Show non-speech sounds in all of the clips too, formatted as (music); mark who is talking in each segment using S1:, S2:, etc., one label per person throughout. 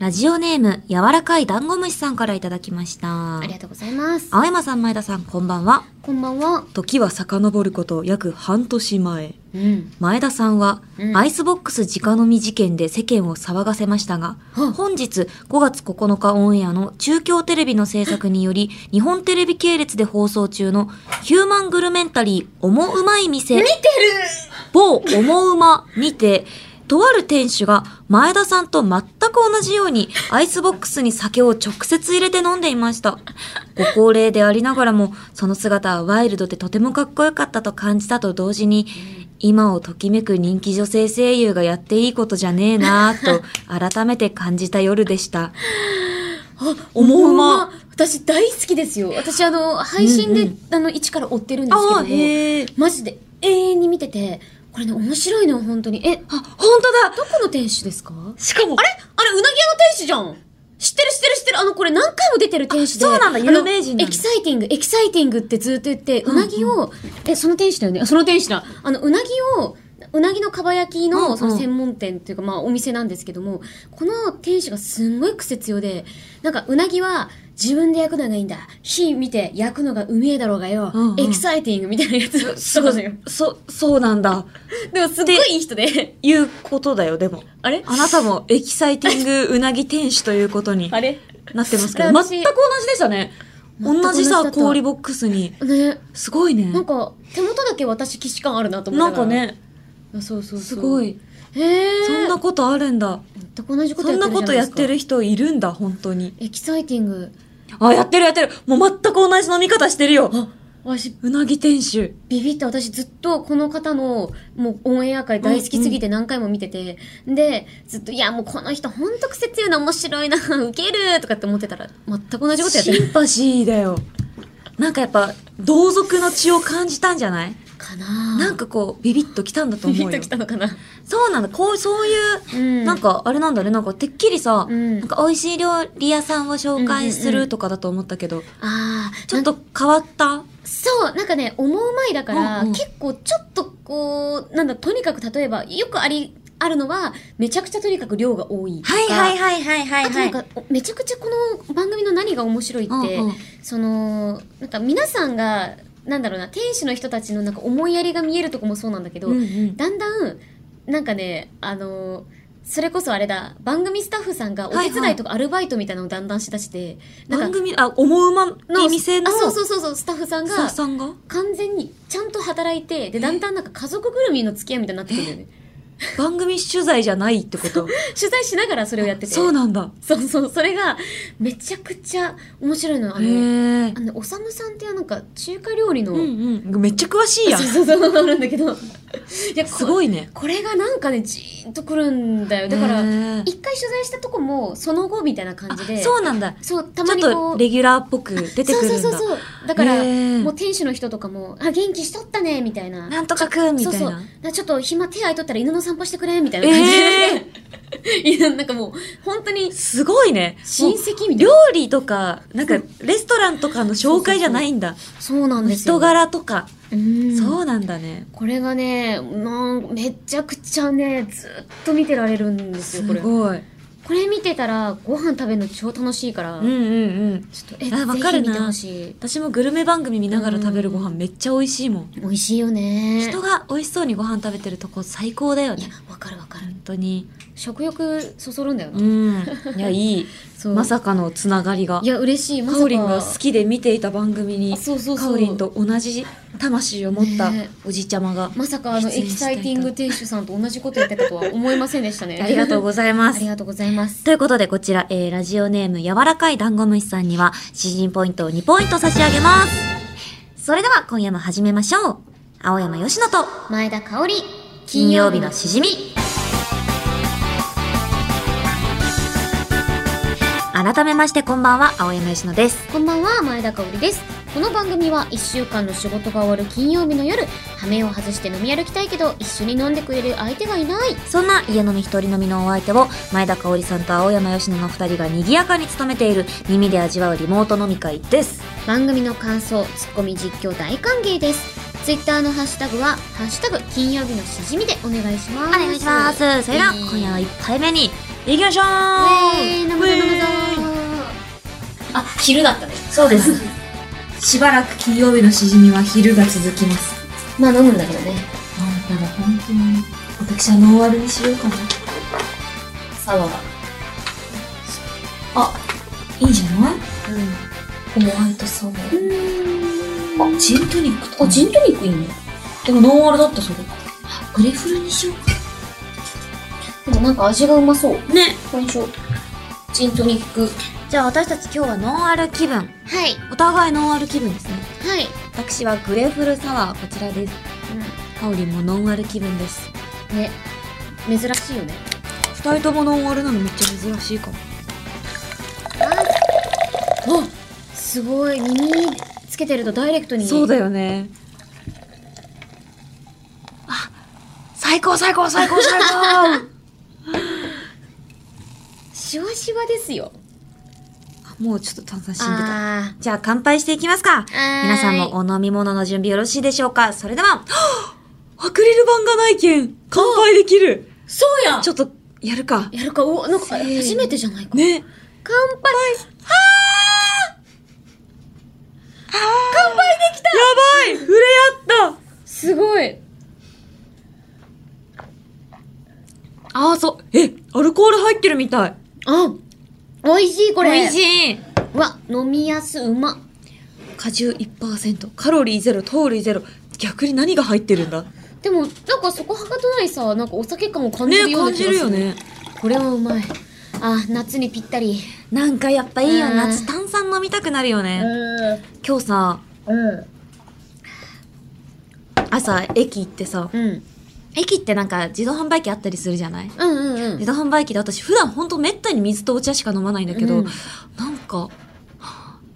S1: ラジオネーム、柔らかいダンゴムシさんからいただきました。
S2: ありがとうございます。
S1: 青山さん、前田さん、こんばんは。
S2: こんばんは。
S1: 時は遡ること約半年前。
S2: うん。
S1: 前田さんは、
S2: うん
S1: アイスボックス直飲み事件で世間を騒がせましたが、
S2: はあ
S1: 本日5月9日オンエアの中京テレビの制作により、日本テレビ系列で放送中のヒューマングルメンタリー、おもうまい店。
S2: 見てる
S1: 某おもうまにて、とある店主が前田さんと全く同じようにアイスボックスに酒を直接入れて飲んでいました。ご高齢でありながらも、その姿はワイルドでとてもかっこよかったと感じたと同時に、今をときめく人気女性声優がやっていいことじゃねえなぁ
S2: (laughs)
S1: と改めて感じた夜でした。
S2: あ、
S1: おもうま。
S2: 私大好きですよ。私あの、配信で、
S1: うんう
S2: あの、一から追ってるんですけども、
S1: へ
S2: マジで永遠に見てて、これね、面白いの、本当に。え、
S1: あ、本当だ
S2: どこの店主ですか
S1: しかも、
S2: あれあれ、うなぎ屋の店主じゃん知ってる知ってる知ってるあの、これ何回も出てる店主で。
S1: あそうなんだ
S2: あの
S1: 有名人なんだ
S2: エキサイティング、エキサイティングってずっと言って、うなぎを、え、その店主だよねあその店主だ。あの、うなぎを、うなぎのかば焼き
S1: うんう
S2: の
S1: ん
S2: その専門店というか、まあお店なんですけども、この店主がすんごい癖強で、なんかうなぎは自分で焼くのがいいんだ。火見て焼くのがうめえだろうがよ、
S1: うんうん
S2: エキサイティングみたいなやつ。
S1: す
S2: ご (laughs)
S1: ご
S2: い
S1: い、そ、そうなんだ。
S2: でもすっごいいい人で。
S1: いうことだよ、でも。
S2: あれ
S1: あなたもエキサイティングうなぎ天使ということに
S2: あれ
S1: なってますけど、
S2: あ
S1: 全
S2: 私
S1: く同じでしたね。
S2: 全く
S1: 同
S2: 同
S1: じ
S2: じだった
S1: さ、氷ボックスに。
S2: ね、
S1: すごいね。
S2: なんか手元だけ私既視感あるなと思
S1: な
S2: っ
S1: ん
S2: たか
S1: からね、
S2: あそうそうそう
S1: すごい。
S2: へえ
S1: そんなことあるんだ。
S2: 全く同じこ
S1: そ
S2: と
S1: ん
S2: やってるじ
S1: な
S2: ゃないですか
S1: ことやってる人いるんだ、本当に。
S2: エキサイティング
S1: あ、やってるやってる。もう全く同じ飲み方してるよ。
S2: 私
S1: うなぎ天使。
S2: ビビった私ずっとこの方のもうオンエア会大好きすぎて何回も見てて、でずっと「いやもうこの人ほんと癖強いな面白いなウケる」とかって思ってたら全く同じことやってる
S1: シンパシーだよ。なんかやっぱ、同族の血を感じたんじゃない
S2: かな
S1: なんか
S2: か
S1: こう、ビビッときたんだと
S2: ビ
S1: 思う
S2: ビ
S1: よ。
S2: ッときたのかな、
S1: そうなんだ。こう、そういう
S2: うん
S1: なんか、あれなんだね、なんか、てっきりさ、
S2: うん
S1: なんか、美味しい料理屋さんを紹介するとかだと思ったけど、
S2: ああ
S1: ちょっと変わった
S2: そう、なんかね、思うまいだから、
S1: うんうん
S2: 結構ちょっとこう、なんだ、とにかく例えば、よくあり、あるのは、めちゃくちゃとにかく量が多いとか。
S1: はいはいは
S2: あとなんか、おめちゃくちゃこの番組の何が面白いって、
S1: うんうん
S2: その、なんか皆さんが、なんだろうな、店主の人たちのなんか思いやりが見えるとこもそうなんだけど、
S1: うんうん
S2: だんだん、なんかね、あのーそれこそあれだ、番組スタッフさんがお手伝いとかアルバイトみたいなのをだんだんしだして、な
S1: 番
S2: んか、
S1: 組、あ、思うまに店の
S2: あ、そうそうそうそう、スタッフさん
S1: スタッ
S2: が
S1: フ、さんが
S2: 完全にちゃんと働いてでだんだんなんか家族ぐるみの付き合いみたいになってくるんだよね
S1: 番組取材じゃないってこと。
S2: 取材しながらそれをやってて
S1: そうなんだ。
S2: そうそうそれがめちゃくちゃ面白いのあ
S1: へ
S2: の
S1: え
S2: あ。のおさむさんっていうなんか中華料理の、
S1: うんうん。めっちゃ詳しいやん。
S2: そうそうそうあるんだけどいや
S1: す
S2: い
S1: ごいね。
S2: これがなんかねじーんとくるんだよだから
S1: へー
S2: 一回取材したとこもその後みたいな感
S1: あ
S2: じで
S1: そうなんだ。
S2: そうた
S1: ちょ
S2: ま
S1: っ
S2: にことう
S1: レギュラーっぽく出てくるん
S2: そ
S1: だ
S2: うそう。そうそうだから、
S1: へー
S2: もう店主の人とかも「あ元気しとったね」みたいな
S1: なんとかくんみたい
S2: そうそう
S1: な。
S2: だからちょっと暇手空いとったら犬の散歩してくれみたいな感じ
S1: ええ。
S2: で、 (laughs) いやなんかもう本当に
S1: すごいね。
S2: 親戚みたい
S1: 料
S2: な
S1: 理とか、なんか、レストランとかの紹介じゃないんだ。
S2: そうなんですよ
S1: 人柄とか、
S2: うん
S1: そうなんだね。
S2: これがねなんめちゃくちゃねずっと見てられるんですよ
S1: す
S2: これ
S1: ごい。
S2: これ見てたらご飯食べるの超楽しいから、
S1: うんうんうん。
S2: ちょっとえ
S1: あわか
S2: ぜ
S1: る
S2: ひ
S1: な
S2: 見てほしい
S1: 私もグルメ番組見ながら食べるご飯めっちゃ美味しいもん。
S2: 美味しいよね
S1: 人が美味しそうにご飯食べてるとこ最高だよ
S2: いや
S1: ね。
S2: わかるわかる
S1: 本当に。
S2: 食欲そそるんだよな、
S1: うん。いや、いい。
S2: そう
S1: まさかのつながりが
S2: い。や嬉しい
S1: カ
S2: まさか
S1: オリンが好きで見ていた番組に、
S2: そうそうそ
S1: カ
S2: う
S1: オリンと同じ魂を持った
S2: ね
S1: おじいちゃまが。
S2: まさかあの
S1: 出
S2: エ
S1: 演
S2: キ
S1: した
S2: サ
S1: いと
S2: イティング店主さんと同じこと言ってたとは思いませんでしたね。
S1: ありがとうございます
S2: あり。がとうございます。
S1: ということで、こちら、えー、ラジオネーム、柔らかいダンゴムシさんには、詩人ポイントを2ポイント差し上げます。それでは、今夜も始めましょう。青山よしのと、
S2: 前田香織、
S1: 金曜日のしじみ。改めまして、こんばんは、青山よしのです。
S2: こんばんは、前田香織です。この番組は1週間の仕事が終わる金曜日の夜、羽目を外して飲み歩きたいけど、一緒に飲んでくれる相手がいない。
S1: そんな家飲み一人飲みのお相手を、前田香織さんと青山よしのの二人が賑やかに務めている、耳で味わうリモート飲み会です。
S2: 番組の感想、ツッコミ実況大歓迎です。ツイッターのハッシュタグは、ハッシュタグ金曜日のしじみでお願いします。
S1: お願いします。それでは、今夜の
S2: い
S1: 一杯目に、行きましょう
S2: えー、飲むぞ飲むぞあ、昼だったね。
S1: そうです。しばらく金曜日のしじみは昼が続きます。
S2: まあ飲むんだけどね。
S1: なんだろ、本当に。私はノンアルにしようかな。
S2: サワー。
S1: あ、いいんじゃない
S2: うん。
S1: ホワイトサワー。あ、ジントニックと
S2: あ、ジントニックいいね。
S1: でもノンアルだった、それ。グレフルにしよう
S2: でもなんか味がうまそう。
S1: か。ね。
S2: これにしよう。ジントニック。は
S1: じゃあ私たち今日はノンアル気分。
S2: い。
S1: お互いノンアル気分ですね。
S2: はい。
S1: 私はグレフルサワー、こちらです。かおりんもノンアル気分です。
S2: うん。ね。珍しいよね。
S1: 二人ともノンアルなのめっちゃ珍しいかも。
S2: あすごい。耳につけてるとダイレクトに。
S1: そうだよね。あ、最高最高最高最高
S2: (laughs) シワシワですよ。
S1: もうちょっと炭酸死んでた。
S2: あ
S1: じゃあ乾杯していきますか。
S2: ー
S1: 皆さんもお飲み物の準備よろしいでしょうかそれでは、は (gasps) ぁアクリル板がないけん、乾杯できる。
S2: そうや
S1: ちょっと、やるか。
S2: やるか、うわなんか
S1: せーの
S2: 初めてじゃないか。
S1: ね。
S2: 乾杯
S1: 乾杯できたやばい触れ合っ
S2: すごい
S1: たああ、そう。え、アルコール入ってるみたい。
S2: あ美味しいこれ
S1: 美味しい。
S2: うわ、飲みやすうま。
S1: 果汁1%、カロリーゼロ、糖類ゼロ。逆に何が入ってるんだ
S2: でも、なんかそこはかとないさ、なんかお酒感を感じる
S1: ね、
S2: ような
S1: 感
S2: 気
S1: じ
S2: が
S1: る
S2: する。
S1: よ。ね。
S2: これはうまい。あ、夏にぴったり。
S1: なんかやっぱいいよ。
S2: うん
S1: 夏炭酸飲みたくなるよ
S2: う
S1: ね。
S2: ん。
S1: 今日さ、
S2: う
S1: 朝駅行ってさ、
S2: ん。うん。
S1: 駅ってなんか自動販売機あったりするじゃない
S2: うんうんうん
S1: 自。動販売機で私普段ほんとめったに水とお茶しか飲まないんだけど、
S2: うん
S1: なんか、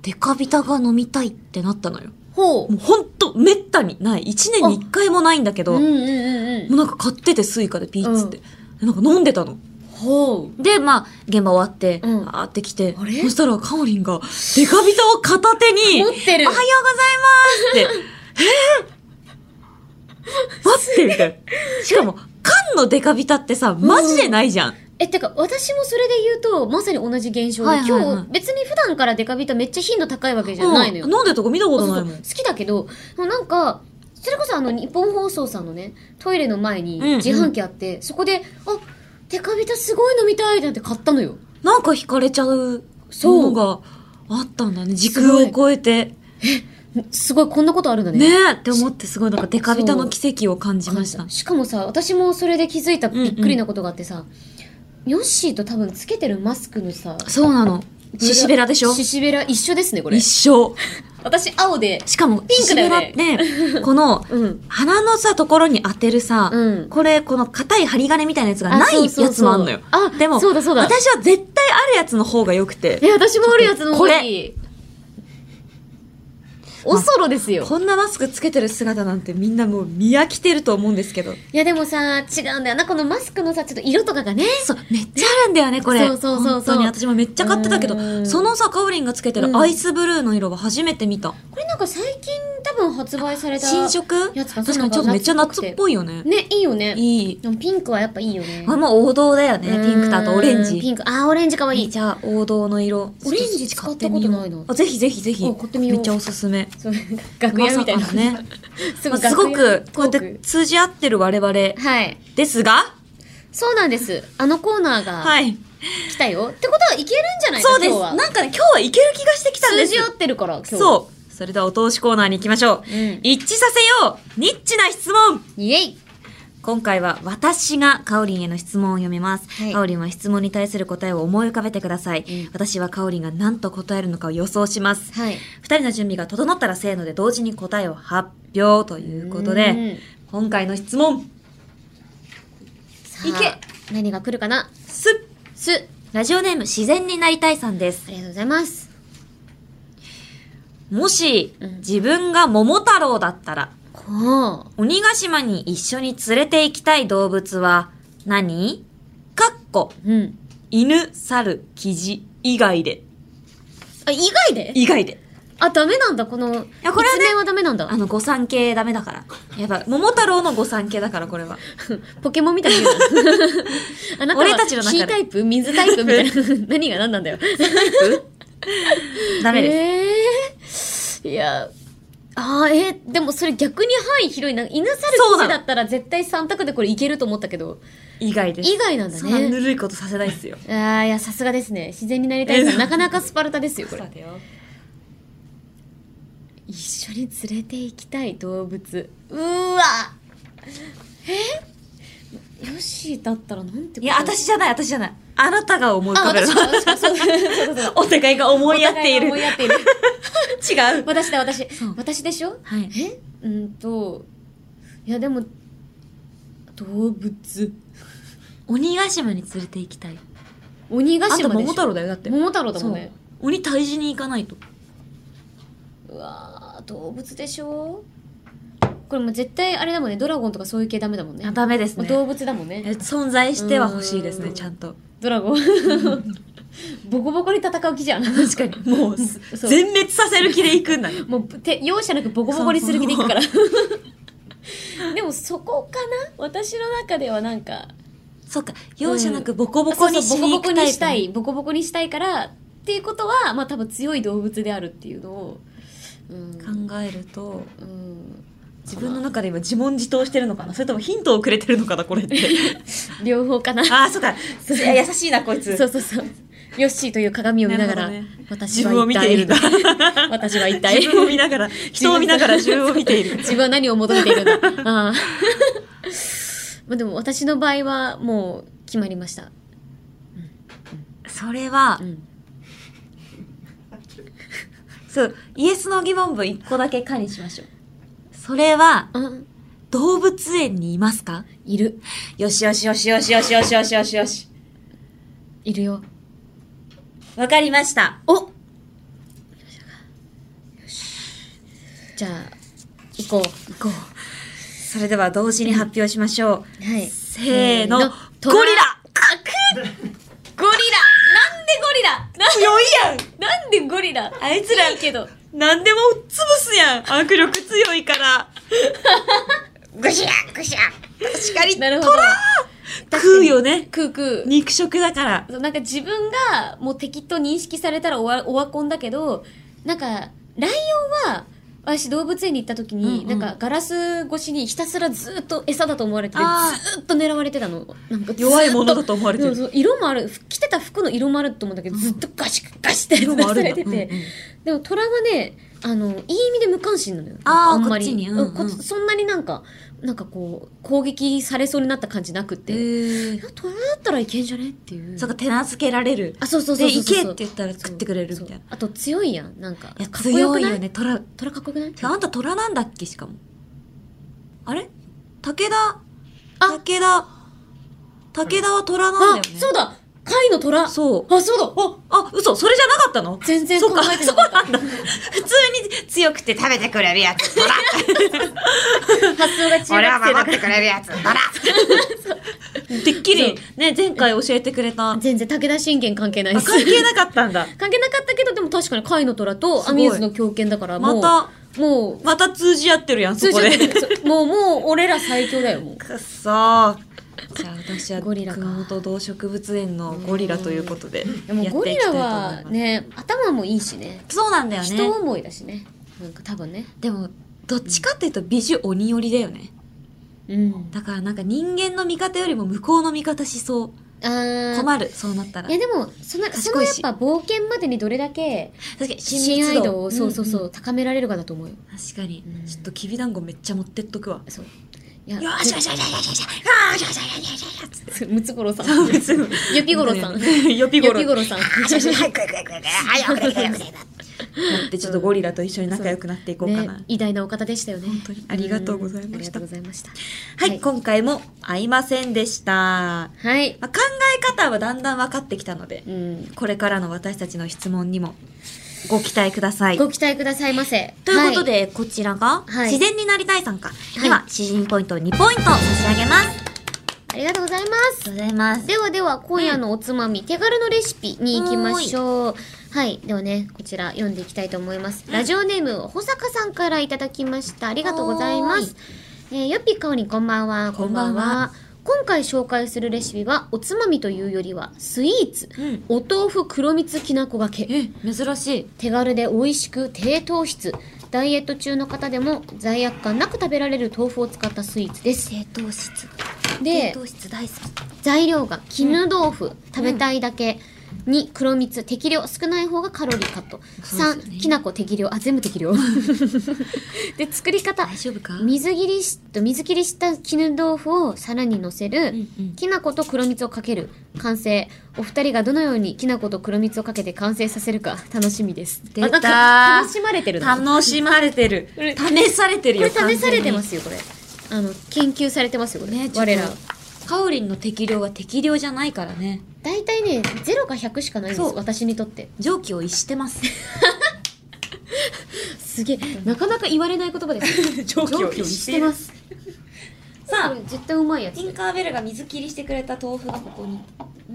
S1: デカビタが飲みたいってなったのよ。
S2: ほ
S1: もうほんとめったにない。一年に一回もないんだけ
S2: う。
S1: ど、
S2: うんう
S1: も
S2: んうんう。
S1: うんなんか買っててスイカでピーッつって。でなんか飲んでたの。
S2: ほ
S1: で、まあ、現場終わって、
S2: うん
S1: あーって来て、
S2: あれ
S1: そしたらカオリンが、デカビタを片手に、
S2: 持ってる
S1: おはようございます (laughs) って、えー、待ってみたいな。しか (laughs) も、缶のデカビタってさ、マジでないじゃん。
S2: え、てか、私もそれで言うと、まさに同じ現象で、
S1: はいはいはい
S2: 今日、別に普段からデカビタめっちゃ頻度高いわけじ
S1: う
S2: ゃ
S1: ん
S2: ないのよ。
S1: 飲んでるとこ見たことないもん。
S2: そうそう好きだけど、でもなんか、それこそあの、日本放送さんのね、トイレの前に
S1: うんうん
S2: 自販機あって、そこで、あ、デカビタすごい飲みたいってなって買ったのよ。
S1: なんか惹かれちゃう
S2: そ
S1: も
S2: う
S1: のがあったんだね。時空を超えて。
S2: すごい、こんなことあるんだね。
S1: ねえって思って、すごいなんかデカビタの奇跡を感じました。
S2: しかもさ、私もそれで気づいた
S1: んう
S2: び
S1: ん
S2: っくりなことがあってさ、ヨッシーと多分つけてるマスクのさ、
S1: そうなの。シシベラでしょ
S2: シシベラ一緒ですね、これ。
S1: 一生。
S2: 私、青で。
S1: しかも、
S2: ピンクだよね
S1: シシベラって、この、
S2: うん。
S1: 鼻のさ、ところに当てるさ、
S2: うん
S1: これ、この硬い針金みたいなやつが
S2: あ
S1: ない
S2: そうそうそう
S1: やつもあんのよ。
S2: あ
S1: でも、
S2: そうだそうだ
S1: 私は絶対あるやつの方が良くて、
S2: え、私もあるやつの方がいい。
S1: れ
S2: おそろですよ。
S1: こんなマスクつけてる姿なんてみんなもう見飽きてると思うんですけど。
S2: いやでもさ、違うんだよな、このマスクのさ、ちょっと色とかがね。
S1: そう、めっちゃあるんだよね、これ。
S2: そうそうそうそう
S1: 本当に私もめっちゃ買ってたけ
S2: う
S1: ど、
S2: ん
S1: そのさ、カオリンがつけて
S2: う
S1: る
S2: ん
S1: アイスブルーの色は初めて見た。
S2: これなんか最近多分発売された。
S1: 新色
S2: やつか
S1: 確かにちょっとめっちゃ夏っぽいよね。
S2: ね、いいよね。
S1: いい。
S2: でもピンクはやっぱいいよね。
S1: これも王道だよね、ピンクとあとオレン
S2: うん
S1: ジ。
S2: ピンク。あー、オレンジかわいい。
S1: じゃあ、王道の色。
S2: オレンジ使ったことないの
S1: あぜひぜひぜひ。
S2: あ買ってみよう
S1: めっちゃおすすめ。
S2: そう、楽屋みたい
S1: ま
S2: な。
S1: さかのね。
S2: (laughs) す
S1: ま
S2: ご
S1: あ
S2: い楽屋
S1: すごく、こうやっ
S2: ト
S1: て
S2: ー
S1: 通じ合ってる我々
S2: クはい。
S1: ですが、
S2: そうなんです。あのコーナーが
S1: はい。
S2: 来たよ。ってことはいけるんじゃないか
S1: そうです。
S2: 今日は
S1: なんかね、今日はいける気がしてきたんで
S2: 通
S1: す
S2: じ合ってるから、今日。う。
S1: そう。それではお通しコーナーに行きましょう。
S2: うん
S1: 一致させようニッチな質問
S2: イエイ
S1: 今回は私がカオリンへの質問を読みます。
S2: はい
S1: カオリンは質問に対する答えを思い浮かべてください。
S2: うん
S1: 私はカオリンが何と答えるのかを予想します。
S2: はい。
S1: 二人の準備が整ったらせーので同時に答えを発表ということで、
S2: うん
S1: 今回の質問、
S2: さあ
S1: いけ
S2: 何が来るかな
S1: すっ
S2: す。
S1: ラジオネーム自然になりたいさんです
S2: あ。りがとうございます。
S1: もし、
S2: うん
S1: 自分が桃太郎だったら、
S2: ほう。
S1: 鬼ヶ島に一緒に連れて行きたい動物は何、かっこ、
S2: うん。
S1: 犬、猿、キジ、以外で。
S2: あ、以外で
S1: 以外で。
S2: あ、ダメなんだ、この、
S1: やこれはね
S2: 一面はダメなんだ
S1: あ。の、御三系ダメだから。やばい。桃太郎の御三系だから、これは。
S2: ポケモンみたいに言う
S1: (laughs)
S2: なあなた
S1: 俺たちの
S2: は
S1: 中で
S2: 火タイプ水タイプみ
S1: (laughs)
S2: たいな。何が何なんだよ。
S1: ダメです。
S2: す。えー、いや、あーえーでもそれ逆に範囲広いな。犬猿
S1: そうな
S2: 記
S1: の
S2: 事だったら絶対3択でこれいけると思ったけど、
S1: 以外です。
S2: 以外なんだ
S1: そんなぬ
S2: ね。
S1: るいことさせないですよ。
S2: ああ、いや、さすがですね。自然になりたいさ
S1: え (laughs)
S2: ん、
S1: ー
S2: なかなかスパルタですよ、これ。
S1: だよ。
S2: 一緒に連れて行きたい動物うーわえヨッシーだったらなんてこと
S1: いや、私じゃない、私じゃない。あなたが思い浮
S2: あ
S1: かべる
S2: 私。か私かそうそうそうそう
S1: お互いが思い合って
S2: (laughs)
S1: いる。
S2: お互が思い
S1: (laughs)
S2: 合っている
S1: 違う。
S2: 私だ私
S1: そう
S2: 私でしょ
S1: はい。
S2: えうんといやでも動物
S1: 鬼ヶ島に連れて行きたい。
S2: 鬼ヶ
S1: あんた
S2: 島でしょ
S1: 桃太郎だよ、だって。
S2: 桃太郎だもんね
S1: そう鬼退治に行かないと。
S2: うわー動物でしょこれもう絶対あれだもんねドラゴンとかそういう系ダメだもんね
S1: あダメです
S2: もう
S1: ね。
S2: 動物だもんね
S1: え存在しては欲しいです
S2: う
S1: ね、
S2: ん
S1: ちゃんと。(laughs)
S2: ドラゴンボコボコに戦う気じゃん確かに
S1: もう、す
S2: そう
S1: 全滅させる気で行くんだよ。
S2: もう手容赦なくボコボコにする気でいくからでもそこかな私の中ではなんか
S1: そっか、容赦なくボコボコにし
S2: そうそう
S1: に行
S2: ボコボコ
S1: くタイ
S2: に
S1: プ
S2: したいボコボコにしたいからっていうことはまあ多分強い動物であるっていうのをうん、
S1: 考えると、
S2: うん、
S1: 自分の中で今自問自答してるのかなそれともヒントをくれてるのかなこれって。
S2: 両方かな
S1: ああ、そっか。いや優しいな、こいつ。
S2: そうそうそうヨッシーという鏡を見ながら
S1: なるほ
S2: 私
S1: 自
S2: は
S1: 分を見ている
S2: 一
S1: んだ
S2: 体。 (laughs) 私は一体
S1: 自分を見
S2: (laughs)
S1: ながら、人を見ながら自分を見ている。
S2: 自分は何を求めているんだ。ああ (laughs) まあでも私の場合はもう決まりました。
S1: それは
S2: う、ん。
S1: そう、イエスの疑問文一個だけ仮にしましょう。それは、
S2: あ、
S1: 動物園にいますか
S2: いる。
S1: よしよしよしよしよしよしよしよしよし。
S2: いるよ。
S1: わかりました。
S2: おじゃあ、行こう。行こ
S1: それでは同時に発表しましょ
S2: う。は
S1: う。
S2: い。
S1: せーの、
S2: せ
S1: ゴ
S2: ーのトラ
S1: リラ
S2: ゴリラなんでゴリラな
S1: 強いやん
S2: なんでゴリラあいつらいいけど。
S1: 何でも潰すやん握力強いから。ぐしゃぐしゃ確かに、
S2: なるほど。
S1: 食うよね。
S2: クークー。
S1: 肉食だから。
S2: そうなんか自分がもう敵と認識されたらオワオワコンだけどなんかライオンは私動物園に行った時に、
S1: うんうん
S2: なんかガラス越しにひたすらずっと餌だと思われてて
S1: あー
S2: ずっと狙われてたのなんかずっと
S1: 弱いものだと思われてる
S2: そうそう色もある着てた服の色もあると思うんだけど、ずっとガシガシってやらされてて、でも虎はねあのいい意味で無関心なのよ
S1: あー
S2: んまり
S1: こっちにうんうん
S2: こそんなになんかなんかこう攻撃されそうになった感じなくて、いや虎だったらいけんじゃねっていう
S1: そうか、手なずけられる。
S2: あ、そうそうそ
S1: で、
S2: うそう
S1: 行
S2: そう。
S1: けって言ったら食ってくれるみたいな
S2: そう。。あと強いやん、なんか。
S1: いや、
S2: かっこよ
S1: 強
S2: く
S1: い
S2: ない
S1: よ。ね、虎。
S2: 虎かっこよくない
S1: てかあんた虎なんだっけしかも。あれ武田。
S2: あ
S1: 武田。武田は虎なんだよ
S2: あ
S1: ね。、
S2: そうだ貝の虎あ、
S1: そう。
S2: そうだあ
S1: あ、嘘、それじゃなかったの
S2: 全然
S1: そ
S2: 考
S1: うか、
S2: えて
S1: そ
S2: な
S1: う
S2: かっ
S1: なんだ。普通に強くて食べてくれるやつ、虎。
S2: た。発想が中学生
S3: 俺は
S2: だから
S3: 守ってくれるやつだ
S1: (laughs)
S3: な
S1: てっきり、ね、前回教えてくれた。あ、
S2: 全然武田信玄関係ないです。
S1: 関係なかったん (laughs) だ。
S2: 関係なかったけど、でも確かに貝の虎と
S1: す
S2: ア
S1: ごい
S2: ミューズの狂犬だから、もう、
S1: また、
S2: もう、
S1: また通じ合ってるやん、そ
S2: 通
S1: こ
S2: 常
S1: で。
S2: 的にもう、もう、俺ら最強だよ、もう。
S1: くっそー。じゃあ私は
S2: ゴリラか
S1: 熊本動植物園のゴリラということで
S2: でも
S1: やっ
S2: ゴ
S1: てい
S2: リ
S1: きたいと
S2: ラ
S1: 思いま
S2: は
S1: す。
S2: ね、頭もいいしね。
S1: そうなんだよ
S2: 人
S1: ね。
S2: 思いだしね。なんか多分ね。
S1: でもどっちかっていうと美女鬼寄りだよね。
S2: うん。
S1: だからなんか人間の味方よりも向こうの味方しそう。
S2: あー。
S1: 困る、そうなったら
S2: いや。でもそのそ
S1: 賢
S2: の
S1: い
S2: やっ
S1: し
S2: ぱ冒険までにどれだけ
S1: 確かに
S2: 親愛度をそうそうそう、
S1: んん
S2: 高められるかだと思うよ
S1: 確かに
S2: うん。
S1: ちょっときびだんごめっちゃ持ってっとくわ。
S2: そういや
S1: よーしよしよしよしよしよしよしよしよしよしよし
S2: でムツゴロウさん
S1: よしよし
S2: ヨピゴロウさんヨ
S1: よ
S2: ピ
S1: ぴごろ。
S2: ゴロウさん
S3: 早く早く早く早く早く早く早く
S1: でちょっとゴリラと一緒に仲良くなっていこうかな
S2: ね。偉大なお方でしたよね
S1: 本当にありがとうございました
S2: うんありがとうございました
S1: はい、今回も合いませんでした。
S2: はい、
S1: まあ、考え方はだんだん分かってきたので、
S2: うん、
S1: これからの私たちの質問にもご期待ください。
S2: ご期待くださいませ
S1: ということ
S2: は
S1: で、こちらが、
S2: はい
S1: 自然になりたいさんか。
S2: い
S1: では、詩人ポイントを2ポイント差し上げます。
S2: ありがとうございます。
S1: とうございま。
S2: ではでは今夜のおつまみ、手軽のレシピに行きましょうはいではねこちら読んでいきたいと思いますラジオネーム保坂さんからいただきましたありがとうございますえー、よっぴかおりんこんばんは
S1: こんばんは
S2: 今回紹介するレシピはおつまみというよりはスイーツ、
S1: うん
S2: お豆腐黒蜜きなこがけ
S1: え、珍しい。
S2: 手軽で美味しく低糖質ダイエット中の方でも罪悪感なく食べられる豆腐を使ったスイーツです
S1: 低糖質。低
S2: で
S1: 糖質大好き。
S2: 材料が絹豆腐、食べたいだけ、に黒蜜適量少ない方がカロリーカット、
S1: そうですよね
S2: 3きな粉適量あ全
S1: (laughs)
S2: 部適量で作り方
S1: 大丈夫か
S2: 水切りし水切りした絹豆腐を皿にのせる、
S1: んうん
S2: きな粉と黒蜜をかける完成お二人がどのようにきな粉と黒蜜をかけて完成させるか楽しみです
S1: 出たー
S2: あなんか楽しまれてるな
S1: 楽しまれてる。試されてる
S2: こ
S1: よ。
S2: れ試されてますよこれあの研究されてますよこ
S1: 完全に。
S2: れ、
S1: ね、我
S2: 我ら
S1: ら。カオリンの適量は適量じゃないからね。
S2: 大体ね0か100しかないんで
S1: そ
S2: す
S1: う
S2: 私にとって
S1: 蒸気を逸してます。
S2: すげえなかなか言われない言葉です
S1: 蒸。
S2: (laughs) 上気してますすこ
S1: (laughs) さ
S2: れ絶対うまいや
S1: あ、
S2: つ
S1: ティンカーベルが水切りしてくれた豆腐がここに。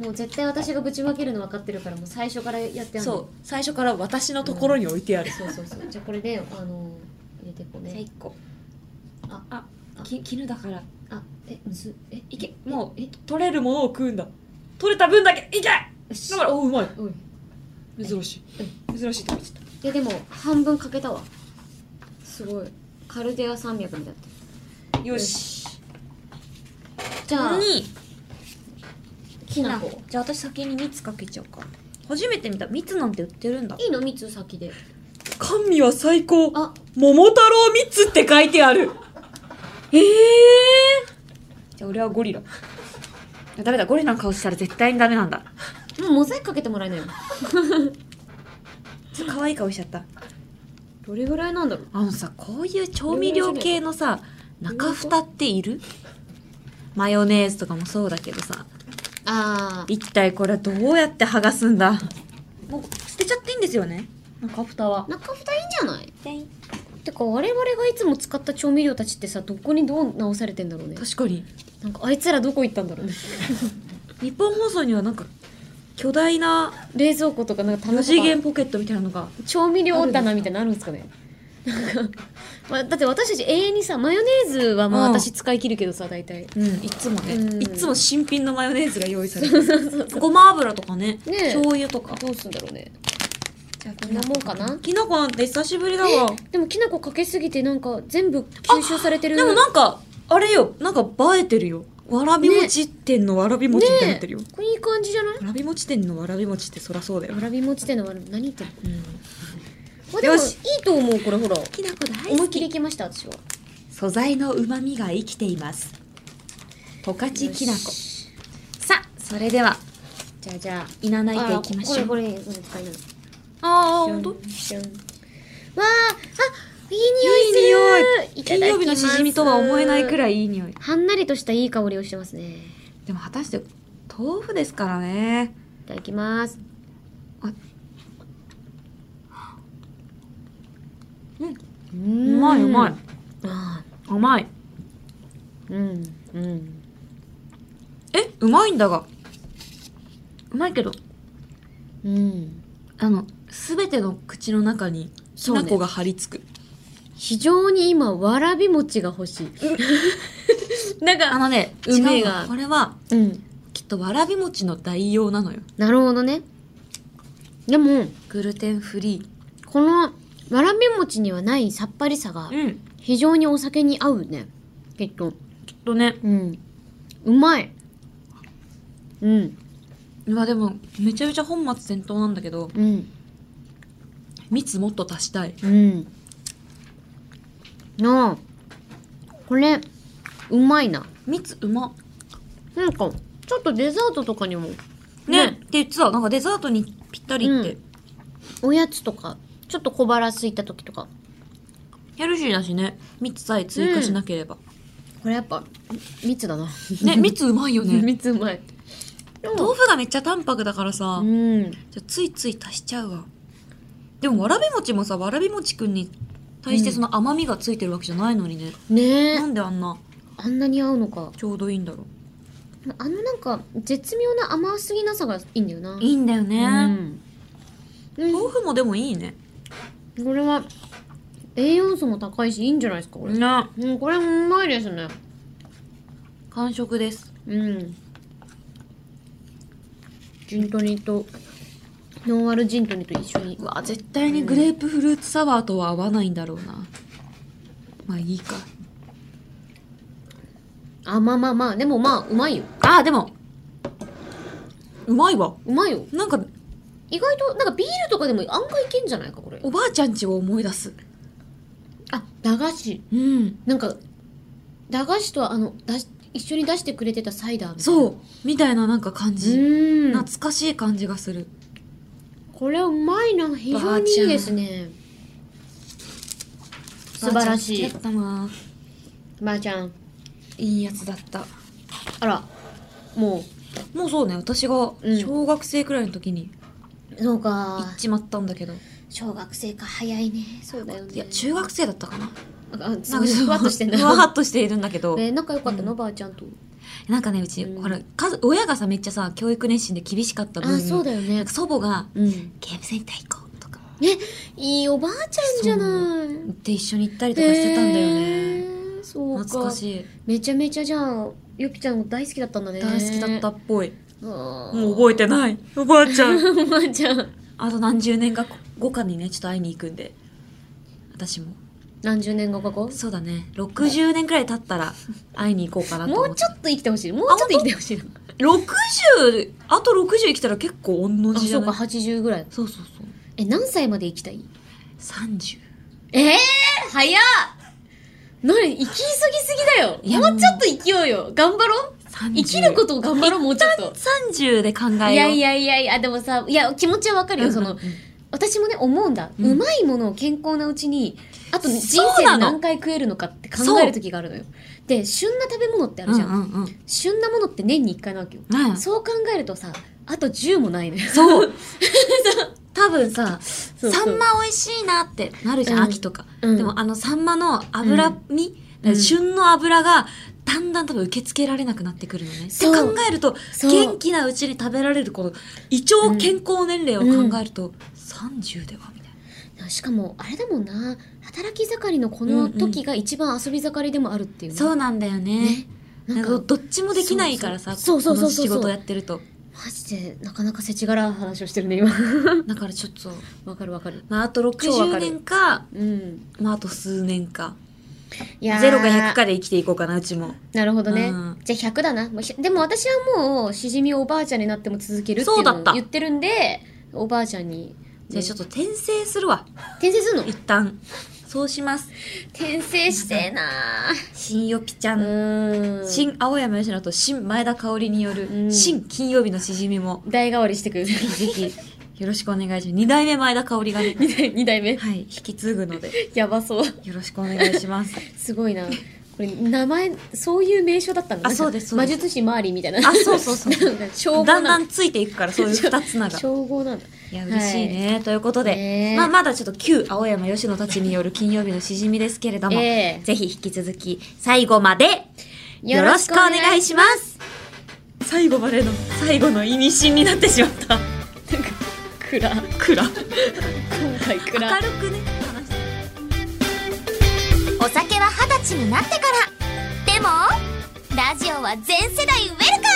S2: もう絶対私がぶちまけるの分かってるからもう最初からやってある
S1: そう、最初から私のところに置いてある。
S2: そうそうそうじゃあこれであの入れてこう
S1: じゃあ
S2: ね
S1: 一個。
S2: あ
S1: あ、き絹だから。
S2: あえむずえ
S1: いけ、
S2: え
S1: もう
S2: え
S1: 取れるものを食うんだ。取れた分だけいけ。だ
S2: よし
S1: から、おうまい。
S2: おい
S1: 珍しい。珍しいとこちょっ
S2: いやでも半分かけたわすごいカルデア山脈みたいになって
S1: と。よし。
S2: るじゃあ
S1: に
S2: きな粉
S1: じゃあ私先に蜜かけちゃおうか。初めて見た蜜なんて売ってるんだ。
S2: いいの蜜先で
S1: 甘味は最高。
S2: あ
S1: 桃太郎蜜って書いてある。ええじゃあ俺はゴリラ。ダメだ、ゴリラの顔したら絶対にダメなんだ。
S2: もうモザイクかけてもらえないの
S1: ちょっと可愛い顔しちゃった。
S2: どれぐらいなんだろう
S1: あのさ、こういう調味料系のさ、中蓋っているマヨネーズとかもそうだけどさ、
S2: あ
S1: 一体これどうやって剥がすんだもう捨てちゃっていいんですよね中蓋は
S2: あ。中蓋いいんじゃないてか我々がいつも使った調味料たちってさどこにどう直されてんだろうね
S1: 確かに。
S2: なんかあいつらどこ行ったんだろうね (laughs)
S1: 日本放送にはなんか、巨大な
S2: 冷蔵庫とかなんか
S1: 無
S2: 楽し
S1: 次
S2: い
S1: 元ポケットみたいなのが。
S2: 調味料棚みたいなのあるんですかねなんか、まあ、だって私たち永遠にさマヨネーズはまあ
S1: うん
S2: 私使い切るけどさ大体
S1: うん、いつもね、
S2: うん
S1: いつも新品のマヨネーズが用意されて (laughs) る。ごま油とかね、
S2: ねえ
S1: 醤油とか。
S2: どうすんだろうね
S1: じゃあ、
S2: こんなもんかな
S1: きなこなんて久しぶりだわ。
S2: でもきな粉かけすぎてなんか全部吸収されてる
S1: でもなんか、あれよ、なんか映えてるよ。わらび餅店のわらび餅みたいになってるよ。
S2: これいい感じじゃない
S1: わらび餅店のわらび餅ってそらそうだよ
S2: わ。らび餅ってのは何言ってんの
S1: うん。
S2: まあでもい
S1: よ
S2: い
S1: し
S2: と思うこれほら
S1: きなこ大
S2: 思
S1: 好
S2: いっきりい
S1: き。
S2: きました私は
S1: 素材の旨味が生きています。十勝きなこ
S2: よ。し
S1: さあ、それでは、
S2: じゃあじゃあ
S1: 稲
S2: あ
S1: 内ていきましょ
S2: こ
S1: う。
S2: れこれこれ使いながら
S1: あ
S2: ほんとわ
S1: い
S2: ああいい匂いするいただき
S1: 金曜日の
S2: ます
S1: しじみとは思えないくらいいい匂い。
S2: はんなりとしたいい香りをしてますねい
S1: でも果たして、豆腐ですからね。
S2: ただきます
S1: う
S2: う
S1: まいうまい。
S2: あ
S1: 甘い。
S2: ーうんうん
S1: え、うまいんだが。うまいけど、
S2: うん
S1: あの、すべての口の中に、き
S2: そうね
S1: なこが張り付く。
S2: 非常に今わらび餅が欲しい
S1: (laughs)
S2: なん
S1: あ
S2: か
S1: のね、違う
S2: 梅
S1: の
S2: が
S1: これは、
S2: うん
S1: きっとわらび餅の代用なのよ。
S2: なるほどねでも
S1: グルテンフリ
S2: このわらび餅にはないさっぱりさが
S1: ー。うん。
S2: 非常にお酒に合うねきっと
S1: きっとね。
S2: うんうまいうん
S1: うわ、でも、めちゃめちゃ本末転倒なんだけど、
S2: うん
S1: 蜜もっと足したい。
S2: うん。なあ、これ、うまいな。
S1: 蜜うま。
S2: なんか、ちょっとデザートとかにも、
S1: ね。
S2: ね
S1: って言ってた。なんかデザートにぴったりって。
S2: うおやつとか、ちょっと小腹空いた時とか。
S1: ヘルシーだしね。蜜さえ追加しなければ。
S2: これやっぱ、蜜だな。
S1: ね、蜜うまいよ (laughs)
S2: (laughs)
S1: ね。
S2: 蜜うまい。
S1: 豆腐がめっちゃ淡白だからさ、
S2: うん。
S1: じゃあついつい足しちゃうわ。でもわらび餅もさ、わらび餅くんに対してその甘みがついてるわけじゃないのにね。
S2: ねえ
S1: な。んであんな
S2: あんなに合うのか。
S1: ちょうどいいんだろう。
S2: あのなんか絶妙な甘すぎなさがいいんだよないい
S1: いんだよね。
S2: うん、
S1: 豆腐もでもいいね。
S2: これは栄養素も高いしいいんじゃないですかこれ、
S1: ね。
S2: うん、これうまいですね
S1: 完食です。
S2: うんジントニとノンアルジントニと一緒に
S1: うわ、絶対にグレープフルーツサワーとは合わないんだろうな。まあいいか。
S2: あまあまあまあでもまあうまいよ
S1: あー、でも、うまいわ。
S2: うまいよ
S1: なんか、
S2: 意外となんかビールとかでも案外いけんじゃないかこれ
S1: おばあちゃんちを思い出す。
S2: あ駄菓子
S1: うん。
S2: なんか駄菓子とあのだし一緒に出してくれてたサイダーみたいな
S1: そう。みたいななんか感
S2: う
S1: じ。
S2: ーん
S1: 懐かしい感じがする。
S2: これうまいな非常にいいですね素晴らし
S1: ばあちゃん好
S2: い
S1: きだったな。
S2: ばあちゃん
S1: いいやつだった。
S2: あらも
S1: もうそうね、私が
S2: うん
S1: 小学生くらいの時に
S2: うそう
S1: 行
S2: か
S1: っちまったんだけど。
S2: 小学生か早いねそうだよね
S1: いや、中学生だったかな。
S2: あす
S1: なんか
S2: ごい
S1: ちょ
S2: ふわっと (laughs) してんだ
S1: ふわっとしているんだけど。
S2: え仲良かったの、ばあちゃんと
S1: なんかね、うち、
S2: うん
S1: ほら、家族親がさ、めっちゃさ、教育熱心で厳しかった分、
S2: あそうだよ
S1: な
S2: ね
S1: んか祖母が、
S2: うん
S1: ゲームセンター行こうとか、
S2: ねいいおばあちゃんじゃない
S1: 行って一緒に行ったりとかしてたんだよ
S2: へ
S1: ね。
S2: ーそうか
S1: 懐かしい。
S2: めちゃめちゃじゃあゆきちゃん大好きだったんだね
S1: 大好きだったっぽい。もう
S2: も
S1: 覚えてない。おばあちゃん。
S2: (laughs) おばあちゃん
S1: (laughs) あと何十年か後かにね、ちょっと会いに行くんで。私も。
S2: 何十年後か後
S1: そうだね。60年くらい経ったら会いに行こうかなと
S2: も
S1: 思
S2: う
S1: って。
S2: ちょっと生きてほしいもうちょっと生きてほしいな
S1: 60、あと60生きたら結構御の
S2: あ
S1: 字じ
S2: そ
S1: ゃ
S2: う
S1: な
S2: か
S1: い
S2: 80ぐらい
S1: そうそうそう。
S2: え何歳まで生きたい
S1: 30。
S2: ええー、早っ何生き急ぎすぎだよ
S1: いや
S2: もうちょっと生きようよ頑張ろう
S1: 30
S2: 生きることを頑張ろうもうちょっと
S1: 30で考えよう。
S2: いやいやいやいやでもさいや気持ちはわかるよその私もね思うんだ、
S1: う
S2: うんまいものを健康なうちにあと人
S1: そう
S2: 生
S1: な
S2: で
S1: の
S2: 何回食えるのかって考える時があるのよで旬な食べ物ってあるじゃん、
S1: うんうん
S2: 旬なものって年に1回なわけよ、
S1: うんね
S2: そう考えるとさあと10もないの
S1: (laughs)
S2: よ
S1: そう多分さ
S2: (laughs) そうそう
S1: サンマ美味しいなってなるじゃん、
S2: うん
S1: 秋とか、
S2: うん
S1: でもあのサンマの脂身、
S2: うん
S1: 旬の脂がだんだん多分受け付けられなくなってくるのね。って
S2: そ
S1: 考
S2: う
S1: えると
S2: そう
S1: 元気なうちに食べられるこの胃腸健康年齢を考えると、30ではみたいな。
S2: しかもあれだもんな働き盛りのこ
S1: うんう
S2: の
S1: ん
S2: 時が一番遊び盛りでもあるっていうね、
S1: そうなんだよね。
S2: ね
S1: な
S2: なんん
S1: か
S2: か
S1: どどっちもできないからさ、
S2: そうそうそうそうそう
S1: この仕事やってると。
S2: マジでなかなか世知辛い話をしてるね今 (laughs)
S1: だからちょっと、
S2: わかるわかる
S1: まああと
S2: 超わ
S1: 60
S2: かる
S1: 年か、
S2: うん
S1: まああと数年か。
S2: いやー
S1: ゼロか100かで生きていこうかな、うちも。
S2: なるほどね、
S1: うん
S2: じゃあ100だなもうひでも私はもうしじみをおばあちゃんになっても続けるってい
S1: そう
S2: う
S1: だ
S2: の
S1: っ
S2: を
S1: た
S2: 言ってるんでおばあちゃんに、
S1: じゃあちょっ
S2: っ
S1: と転生するわ。
S2: と転生するの
S1: 一旦。そうします。
S2: 転生してえな
S1: 新よぴちゃ。
S2: ーうんーん
S1: 新青山吉野と新前田香織によ
S2: う
S1: る、
S2: ん
S1: 新金曜日のしじみも、
S2: 代替わりしてくる
S1: ぜひ、よろしくお願いします。二代目前田香織が (laughs) ね、
S2: (laughs) 二代目
S1: はい、引き継ぐので、
S2: やばそう
S1: よろしくお願いします。
S2: すごいなこれ名前そういう名称だったんだ
S1: あそうですそう
S2: 魔
S1: です
S2: 術師マーリーみたいな
S1: あそう (laughs) そうそう
S2: なんか称号
S1: だんだ
S2: なん
S1: んついていくから、そういう二つなが。
S2: 称号なんだ
S1: いや、嬉しいね。ということで
S2: ね、
S1: まあ、まだちょっと旧青山吉野たちによる金曜日のしじみですけれども、
S2: ええ
S1: ぜひ引き続き、最後まで、よろしくお願いします最後までの最後の意味深になってしまった
S2: なんか暗今
S1: 暗明
S2: 回暗
S1: るくね話して
S3: お酒は二十歳になってからでもラジオは全世代ウェルカ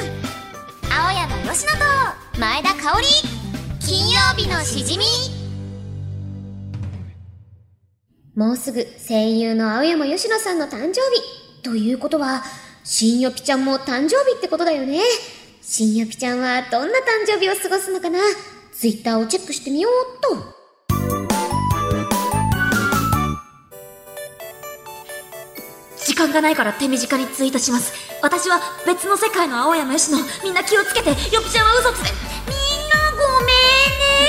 S3: ム青山吉野と前田香織金曜日のしじみ
S2: もうすぐ声優の青山吉野さんの誕生日ということは新よぴちゃんも誕生日ってことだよね新よぴちゃんはどんな誕生日を過ごすのかなツイッターをチェックしてみようっと
S1: 時間がないから手短にツイートします私は別の世界の青山よしのみんな気をつけてよぴちゃんは嘘つけみんなごめ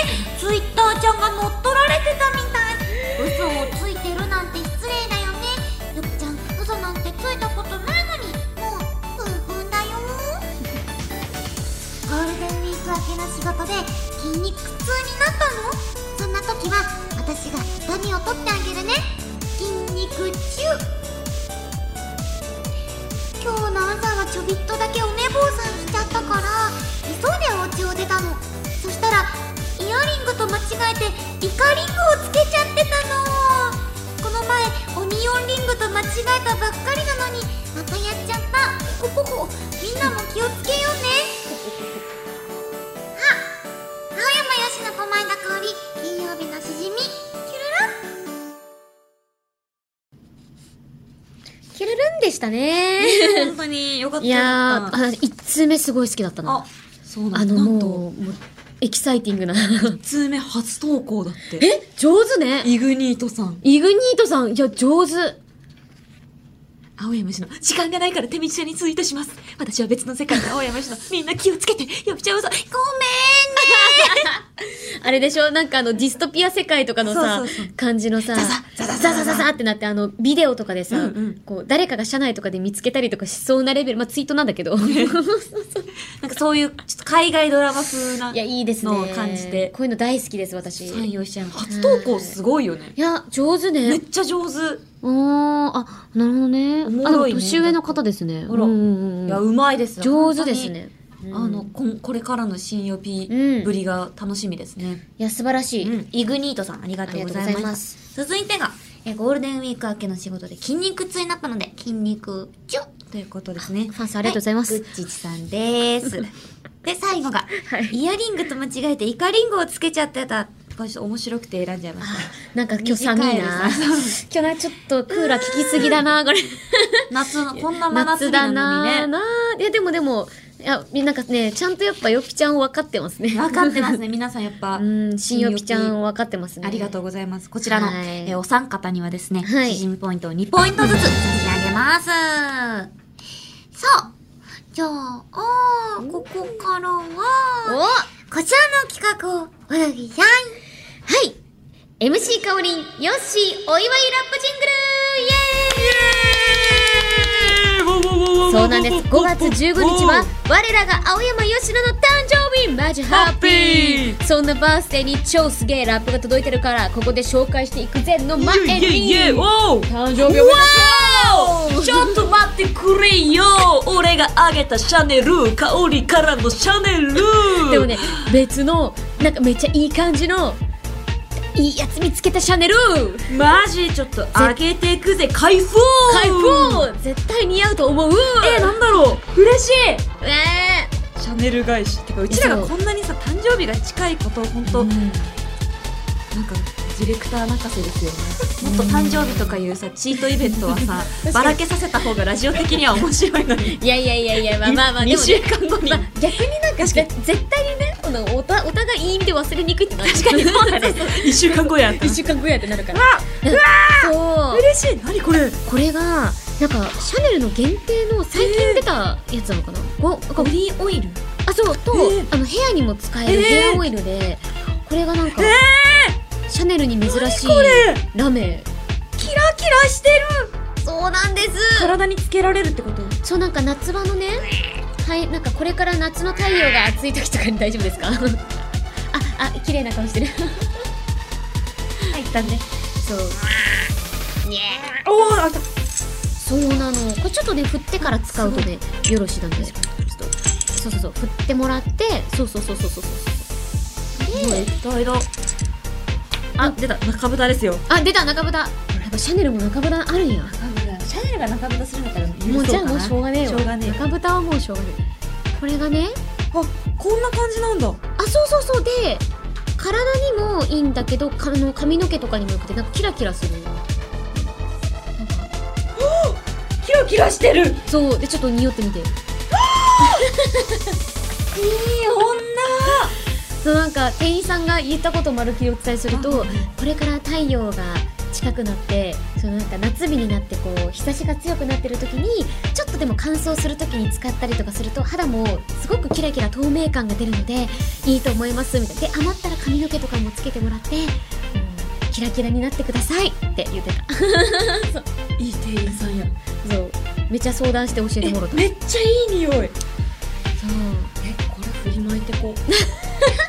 S1: んねツイッターちゃんが乗っ取られてたみたい
S3: 嘘をついてるなんて失礼だよねよくちゃん嘘なんてついたことないのにもうふんふんだよゴールデンウィーク明けの仕事で筋肉痛になったのそんな時は私がダメを取ってあげるね筋肉痛今日今日の朝はちょびっとだけお寝坊さんしちゃったから急いでお家を出たのそしたらイヤリングと間違えてイカリングをつけちゃってたのこの前オニオンリングと間違えたばっかりなのにまたやっちゃったポコポコみんなも気をつけようねあ青山よしの小前田香織金曜日のしじみキ
S2: キ
S3: ュルルン
S2: ュルルンでした (laughs) ね。
S1: 本当によかった。
S2: いやー、あ一通目すごい好きだったな
S1: あ。、そうな
S2: あ
S1: んだ。
S2: の、
S1: なん
S2: も
S1: と、
S2: う、もうエキサイティングな。 (laughs)
S1: 1通目初投稿だって。
S2: え上手ね
S1: イグニートさん。
S2: イグニートさん、いや、上手。
S1: 青山氏の時間がないから手短にツイートします。私は別の世界で青山氏のみんな気をつけて呼びちゃうぞ。ごめんね。
S2: あれでしょなんかあの、ディストピア世界とかのさ
S1: そうそうそう、
S2: 感じのさ、
S1: ザ
S2: ザ
S1: ザザ
S2: ザザ
S1: ザ
S2: ザ
S1: ザ
S2: ザ
S1: ザ
S2: ってなって、あの、ビデオとかでさ、
S1: うんうん
S2: こう、誰かが社内とかで見つけたりとかしそうなレベル、まあ、ツイートなんだけ
S1: (laughs)
S2: ど。 (laughs)
S1: なんかそういう、ちょっと海外ドラマ風ない
S2: や、いいです
S1: の
S2: ね。
S1: を感じて。
S2: こういうの大好きです、私。
S1: 採
S2: い
S1: 用しちゃう。初投稿すごいよね。
S2: や、上手
S1: めっ
S2: ね。
S1: ちゃ上手。
S2: おー、あ、なるほどね。
S1: おも
S2: あ、でも
S1: ろいね
S2: 年上の方ですね。
S1: あら
S2: うんうんうん
S1: いや、うまいです。
S2: 上手ですね。
S1: 本
S2: う
S1: 当
S2: ん
S1: に。あの、こんこれからの新予
S2: うん
S1: 備ぶりが楽しみですね。
S2: いや、素晴らしい。
S1: うんイグニートさん、ありがとうござ
S2: ありがとう
S1: い
S2: ございま
S1: ます。続いてが、えゴールデンウィーク明けの仕事で筋肉痛になったので、筋肉チュッということですね。
S2: ファンさんありがとうございます
S1: はグッチチさん
S2: (laughs)
S1: です。で、最後が、
S2: はい
S1: イヤリングと間違えてイカリングをつけちゃってた。これちょっと面白くて選んじゃいま
S2: (laughs)
S1: し
S2: (laughs) なんか今日寒い
S1: 短
S2: な。
S1: いですね
S2: 今日な、ちょっとクーラー効きすぎだな、これ。
S1: た。夏の、こんな真夏
S2: 夏
S1: 日
S2: だ
S1: なの
S2: な
S1: にね。
S2: なあいや、でもでも、いや、みなんかね、ちゃんとやっぱヨピちゃんを分かってますね。
S1: 分かってますね。皆さんやっぱ、
S2: (laughs) うん、新ヨピちゃんを分かってますね。
S1: ありがとうございます。こちらの、
S2: はい
S1: えーお三方にはですね、
S2: はい
S1: 縮みポイントを2ポイントずつ差し上げます。さあ、じゃあ、ここから
S2: お
S1: は、
S2: は
S3: こちらの企画をお呼びしゃい
S2: い !MC かおりん、ヨッシー、お祝いラップジングルイエーイそうなんです。5月15日は、我らが青山よしのの誕生日マジハッピ
S1: ハッ
S2: ーそんなバースデーに超すげえラップが届いてるから、ここで紹介していくぜの前に
S1: おー
S2: 誕生日おめでとう
S1: ちょっと待ってくれよ俺があげたシャネル香りからのシャネル
S2: でもね、別の、なんかめっちゃいい感じの、いいやつ見つけたシャネル
S1: マジちょっとあげていくぜ開封
S2: 開封絶対似合うと思う
S1: (laughs) えー、なんだろう嬉しい
S2: え
S1: シャネル返しってかうちらがこんなにさ誕生日が近いことを本当、
S2: うん
S1: なんかディレクター泣かせですよねもっと誕生日とかいうさチートイベントは (laughs) さばらけさせた方がラジオ的には面白いのに (laughs)
S2: ーいやいやいやいや、まあまあまあ、
S1: 2週間後に、
S2: まあ、逆になんかぜ絶対にねこのおたお互いいい意味で忘れにくいって確
S1: 確かにそう (laughs) だね
S2: (laughs)
S1: 1週間後やった
S2: 1週間ぐらいってなるからそう
S1: 嬉しい何これ
S2: これがなんかシャネルの限定の最近出たやつなのかな、ごなんか
S1: オリーオイル
S2: あそうと、
S1: え
S2: あのヘアにも使える
S1: えー
S2: ヘアオイルで、これがなんか、シャネルに珍しいラメ
S1: キラキラしてる
S2: そうなんです
S1: 体につけられるってこと
S2: そうなんか夏場のねはいなんかこれから夏の太陽が暑い時とかに大丈夫ですか (laughs) ああ綺麗な顔してる (laughs)
S1: はい一旦ね
S2: そう
S1: おおあった
S2: そうなのこれちょっとね振ってから使うとねよろしいなんでちょっとそうそうそう振ってもらってそうそうそうそうそう
S1: えだいだあ出た中豚ですよ
S2: あ出た中豚やっぱシャネルも中豚あるんや
S1: シャネルが中豚するんだから
S2: もうじゃあもうしょうがねえよ
S1: しょうがねえよ
S2: 中豚はもうしょうがねえこれがね
S1: あこんな感じなんだ
S2: あそうそうそうで体にもいいんだけどかあの髪の毛とかにもよくてなんかキラキラするなんか
S1: キラキラしてるいい
S2: そうでちょっと匂ってみて
S1: 女
S2: そうなんか店員さんが言ったことをまるっきりお伝えすると
S1: あ
S2: これから太陽が近くなってそのなんか夏日になってこう日差しが強くなってる時にちょっとでも乾燥する時に使ったりとかすると肌もすごくキラキラ透明感が出るのでいいと思いますみたいなで余ったら髪の毛とかもつけてもらってこうキラキラになってくださいって言ってた
S1: いい店員さんや
S2: そうめっちゃ相談して教えてもろたそう
S1: めっちゃいい匂いえこれ振りまいてこ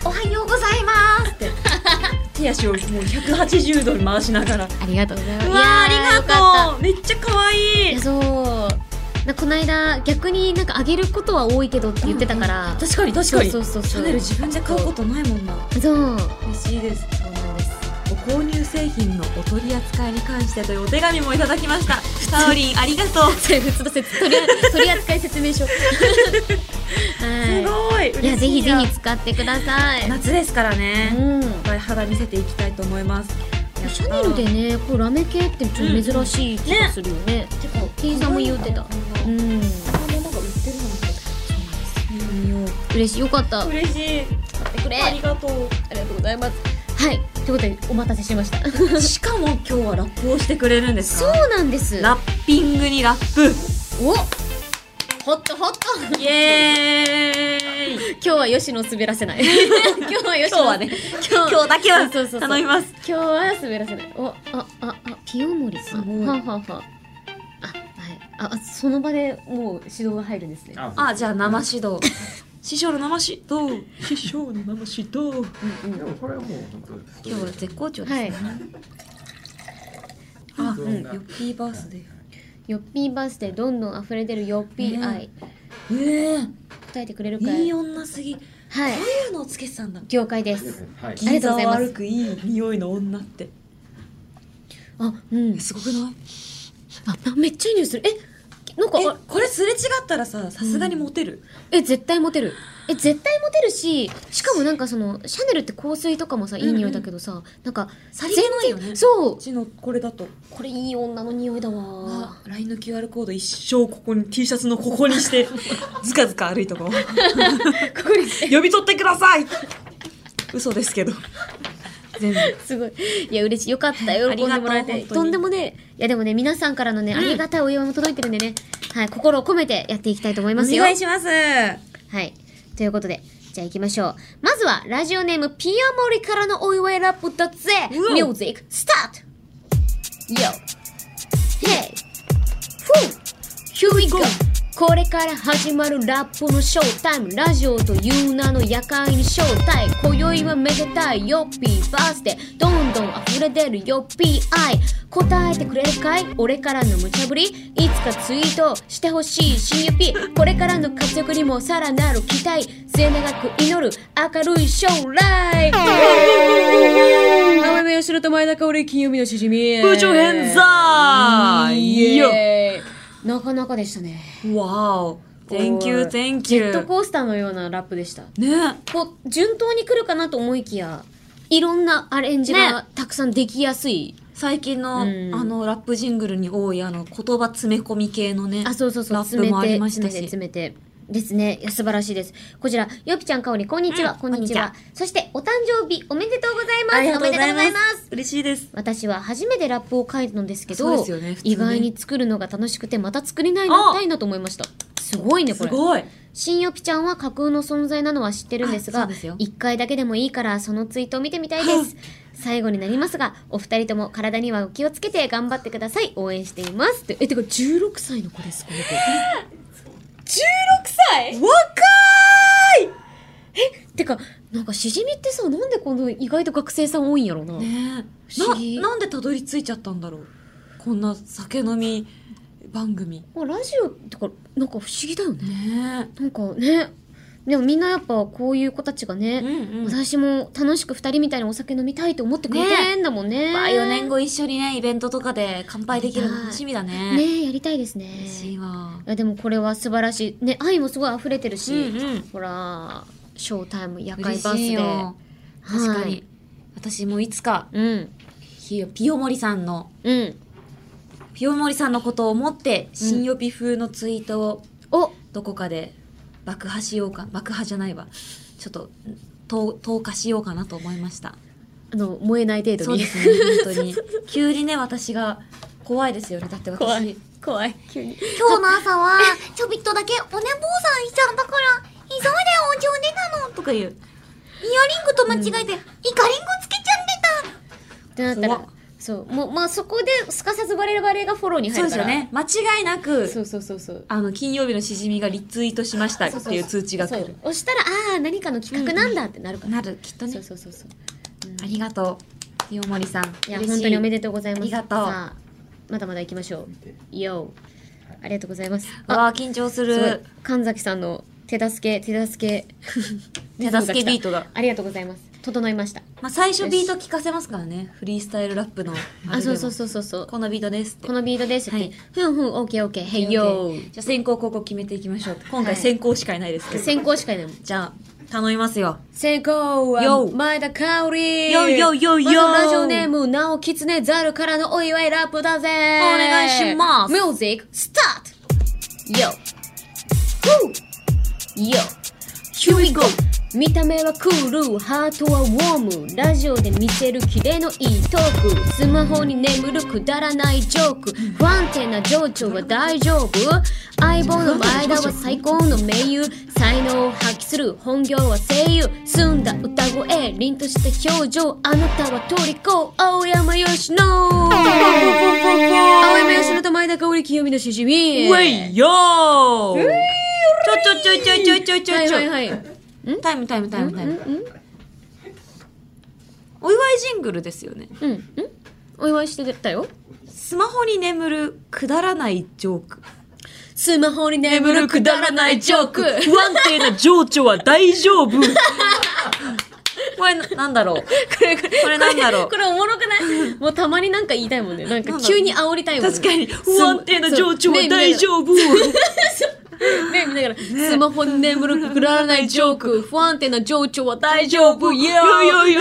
S1: う
S3: おはようございます
S1: 手足をもう180度に回しながら
S2: ありがとうございます
S1: うわーあ
S2: いやー
S1: り
S2: よかった
S1: がとうめっちゃ可愛
S2: い
S1: い
S2: やそうなこの間逆になんかあげることは多いけどって言ってたから、
S1: 確かに確かに
S2: そうそうそうそう
S1: シャネル自分で買うことないもんな
S2: そう
S1: 欲しいです
S2: そうなんです
S1: ご購入製品のお取り扱いに関してというお手紙もいただきましたサオリンありがとう
S2: それ普通の説取り (laughs) 取り扱い説明書は
S1: ごい
S2: いいやぜ
S1: 嬉し
S2: ひ
S1: い
S2: ぜ
S1: な
S2: ひ使ってください
S1: 夏ですから
S2: う
S1: ね、
S2: ん
S1: いっぱい肌見せていきたいと思います
S2: シャネルでねこうラメ系ってちょっと珍しい気がするよね
S1: 結構
S2: 店員さんも言うてたう
S1: うん
S2: ん、
S1: こんなものが売ってるなんてそうなんです
S2: 嬉しいよかった
S1: 嬉しい
S2: 買ってくれ
S1: ありがと
S2: ありがとうございますはいということでお待たせしましたそ
S1: (laughs)
S2: う
S1: しかも今日はラップをしてくれるんですか
S2: うなんです
S1: ラッピングにラップ
S2: おほっとほっと (laughs)
S1: イエーイ
S2: 今日は吉野を滑らせない
S1: (laughs)
S2: 今日は吉野
S1: 今日はね
S2: 今日
S1: 今日だけは
S2: そうそうそう
S1: 頼みます
S2: 今日は滑らせないおあああピオモリさん
S1: すごい
S2: はあはあはああはいああその場でもう指導が入るんですね
S1: あじゃあ生指導 (laughs) 師匠の生指導師匠の生指導
S2: うんうん
S4: でもこれはもう本当
S1: 今日は絶好調です
S2: はい
S1: ね、あ、
S4: う
S1: うんん、ヨッピーバースデー
S2: ヨッピーバースデーどんどん溢れ出るヨッピー愛
S1: ええ
S2: 答えてくれるか
S1: い
S2: い
S1: い女すぎこ
S2: は
S1: う
S2: い
S1: いうのをつけてたんだ
S2: 業界です
S4: はい
S2: ありがとうございます
S1: 銀座を歩くいい匂いの女って
S2: あうん
S1: すごくない
S2: あめっちゃいい匂いするえなんかあ
S1: えこれすれ違ったらささすがにモテる、
S2: え絶対モテるえ絶対モテるししかもなんかそのシャネルって香水とかもさいい匂いだけどさ、なんか
S1: さりげないよね
S2: 全然そう
S1: うちのこれだと
S2: これいい女の匂いだわ
S1: あ LINE の QR コード一生ここに T シャツのここにして
S2: (laughs)
S1: ずかずか歩いとこう
S2: ここに
S1: 呼び取ってください嘘ですけど全部
S2: (laughs) すごいいや嬉しいよかった喜
S1: あ
S2: ん
S1: りが
S2: で
S1: とう
S2: もらえて
S1: 本当に
S2: とんでもねいやでもね皆さんからのね、ありがたいお祝いも届いてるんでねはい心を込めてやっていきたいと思いますよ
S1: お願いします
S2: はいということでじゃあ行きましょうまずはラジオネームピアモリからのお祝いラップだぜ
S1: うお
S2: ミュージックスタート Yo Hey Woo Here we go これから始まるラップのショータイムラジオという名の夜会に招待今宵はめでたいヨッピーバースデーどんどん溢れ出るヨッピー愛答えてくれるかい俺からの無茶ぶりいつかツイートしてほしい CUP これからの活躍にもさらなる期待末永く祈る明るい将 (laughs) 来浜辺義郎と前田香織金曜日のしじみ
S1: 部長偏在
S2: イ
S1: よ
S2: エーイなかなかでしたね
S1: わお Thank you,
S2: こう
S1: thank
S2: ジェッ
S1: you
S2: トコースターのようなラップでした
S1: ね
S2: こう順当に来るかなと思いきやいろんなアレンジが
S1: ね
S2: たくさんできやすい、
S1: 最近の、
S2: うん
S1: あのラップジングルに多いあの言葉詰め込み系のね
S2: あそうそうそう
S1: ラップもありまし
S2: 詰
S1: た
S2: めて
S1: し
S2: 詰めて詰めてですねいや素晴らしいですこちらよぴちゃんかおりこんにちは、
S1: うん
S2: こんにち
S1: こ
S2: は
S1: ん
S2: そしてお誕生日おめでとうございます
S1: ありがとうござい
S2: お
S1: ま
S2: め
S1: す
S2: でとうございます
S1: 嬉しいです
S2: 私は初めてラップを書いたのですけ
S1: そう
S2: ど
S1: ですよね普通ね
S2: 意外に作るのが楽しくてまた作りないなったいなと思いましたすごいねこ
S1: す
S2: れ
S1: ごい
S2: 新よぴちゃんは架空の存在なのは知ってるんです
S1: あそ
S2: が
S1: うですよ
S2: 一回だけでもいいからそのツイートを見てみたいです最後になりますがお二人とも体にはお気をつけて頑張ってください応援していますってえてか16歳の子ですこの子
S1: 16歳若
S2: (laughs) てかなんかしじみってさなんでこの意外と学生さん多いんやろな、
S1: いね
S2: 不思議
S1: ななんでたどり着いちゃったんだろうこんな酒飲み番組
S2: まあラジオとかなんか不思議だよね
S1: ね
S2: なんかねでもみんなやっぱこういう子たちが
S1: うん
S2: ね、
S1: うん
S2: 私も楽しく二人みたいにお酒飲みたいと思ってくれてんだもんね
S1: まあ4年後一緒にねイベントとかで乾杯できるの楽しみだね
S2: ねえやりたいですね
S1: 嬉しいわ
S2: いやでもこれは素晴らしいね愛もすごい溢れてるし、
S1: うんうん
S2: ほらショータイム夜会
S1: 嬉
S2: バース
S1: しい
S2: デー
S1: よ確かに、
S2: はい
S1: 私もいつか
S2: うん
S1: ひよピオモリさんの
S2: うん
S1: ピオモリさんのことを思って新予備風のツイートを
S2: お
S1: どこかで爆破しようか爆破じゃないわちょっと投投下しようかなと思いました
S2: あの燃えない程
S1: そ
S2: 度
S1: う
S2: に
S1: ですね本当に急にね私が怖いですよねだって私
S2: (laughs) 怖い怖い急に
S3: 今日の朝はちょびっとだけお寝坊さんしちゃったから急いでお茶を寝たの
S1: とか言う
S3: イヤリングと間違えてイカリングつけちゃってた
S2: ってなったら
S1: 怖っ
S2: そうもうまあそこですかさずバレバレがフォローに
S1: そう
S2: 入
S1: で
S2: るか
S1: す
S2: ら
S1: よね間違いな
S2: そ
S1: く
S2: うそうそうそう
S1: あの金曜日のしじみがリツイートしましたっ
S2: そう
S1: ていう通知が来
S2: そう
S1: る
S2: 押したらああ何かの企画なんだってなるから、
S1: なるきっと
S2: そ
S1: ね
S2: うそうそうそう
S1: ありがとうピオモリさん
S2: いや
S1: 嬉し
S2: 本当におめでとうございます
S1: ありがとう
S2: さあまだまだ行きましょう YO ありがとうございます。あ、
S1: わあ、緊張す
S2: すごい
S1: る。。
S2: 神崎さんの手助け、手助け。
S1: 手助けビートが。
S2: ありがとうございます。整いました。
S1: まあ、最初ビート聞かせますからね。フリースタイルラップの。
S2: あ、そうそう
S1: う。
S2: そうそうそう。
S1: このビートですって
S2: こ。のビートですって。
S1: はい
S2: ふんふん、オッケーオッケー、へいよー。
S1: じゃあ先行後攻決めていきましょう。今
S2: はい
S1: 回先行しかいないですけど。
S2: 先行しかいないもん。
S1: じゃあ、頼みますよ。
S2: 先行は
S1: よう
S2: 前田香織
S1: ようようようよう
S2: まずラジオネーム、なおきつねざるからのお祝いラップだぜお
S1: 願いします
S2: ミュージック、スタートよふぅよ
S1: Here we go!
S2: 見た目はクール、ハートはウォームラジオで見せるキレのいいトークスマホに眠るくだらないジョーク不安定な情緒は大丈夫相棒の前田は最高の盟友才能を発揮する本業は声優澄んだ歌声凛とした表情あなたはトリコ青山よしの青山よしのと前田香織清美のしじみ
S1: ウェイよーちょちょちょちょちょちょち
S2: は
S1: ょ
S2: い
S1: ち
S2: はい
S1: ょ。
S2: はい
S1: タイムタイムタイムタイム。
S2: うんうん
S1: お祝いジングルですよね。
S2: うんうんお祝いしてたよ
S1: スマホに眠るくだらないジョーク。
S2: スマホに眠るくだらないジョーク。
S1: 不安定な情緒は大丈
S2: (laughs)
S1: 夫これな、なんだろう。
S2: これ、これ、
S1: これなんだろう
S2: (laughs) これおもろく
S1: (laughs)
S2: ないもうたまになんか言いたいもんね。なんか急に煽りたいもんね。
S1: 確か
S2: (laughs)
S1: に、不安定な情緒は大
S2: 夫。
S1: 丈夫
S2: 目見ながら、スマホに眠るくだらないジョー
S1: (laughs)
S2: ク。不安定な情緒は大丈夫。いや
S1: いやいやいや。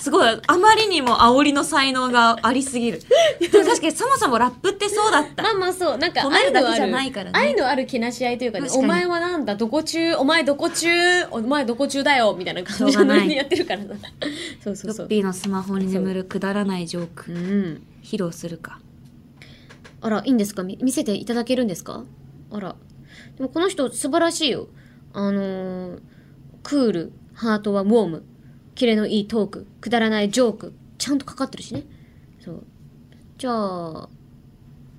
S1: すごい、あまりにも煽りの才能がありすぎる。でも確かにそもそもラップってそうだった。
S2: まあまあそう、なんか
S1: 褒めるだけ
S2: 愛のあ
S1: じゃないからね
S2: 愛のある気なし合いというかね、
S1: 確
S2: お
S1: かに
S2: 前はなんだ、どこ中、お前どこ中、お前どこ中だよ、みたいな感じ
S1: しょうが
S2: の
S1: ない
S2: ノリでやってるからな。 (laughs) そうそう
S1: ヨ
S2: そ
S1: ッ
S2: う。
S1: ピーのスマホに眠るくだらないジョー
S2: う
S1: ク、
S2: ん。
S1: 披露するか。
S2: あら、いいんですかみ見せていただけるんですかあら。でもこの人素晴らしいよ。あのー、クール、ハートはウォーム、キレのいいトーク、くだらないジョーク、ちゃんとかかってるしね。そう。じゃあ、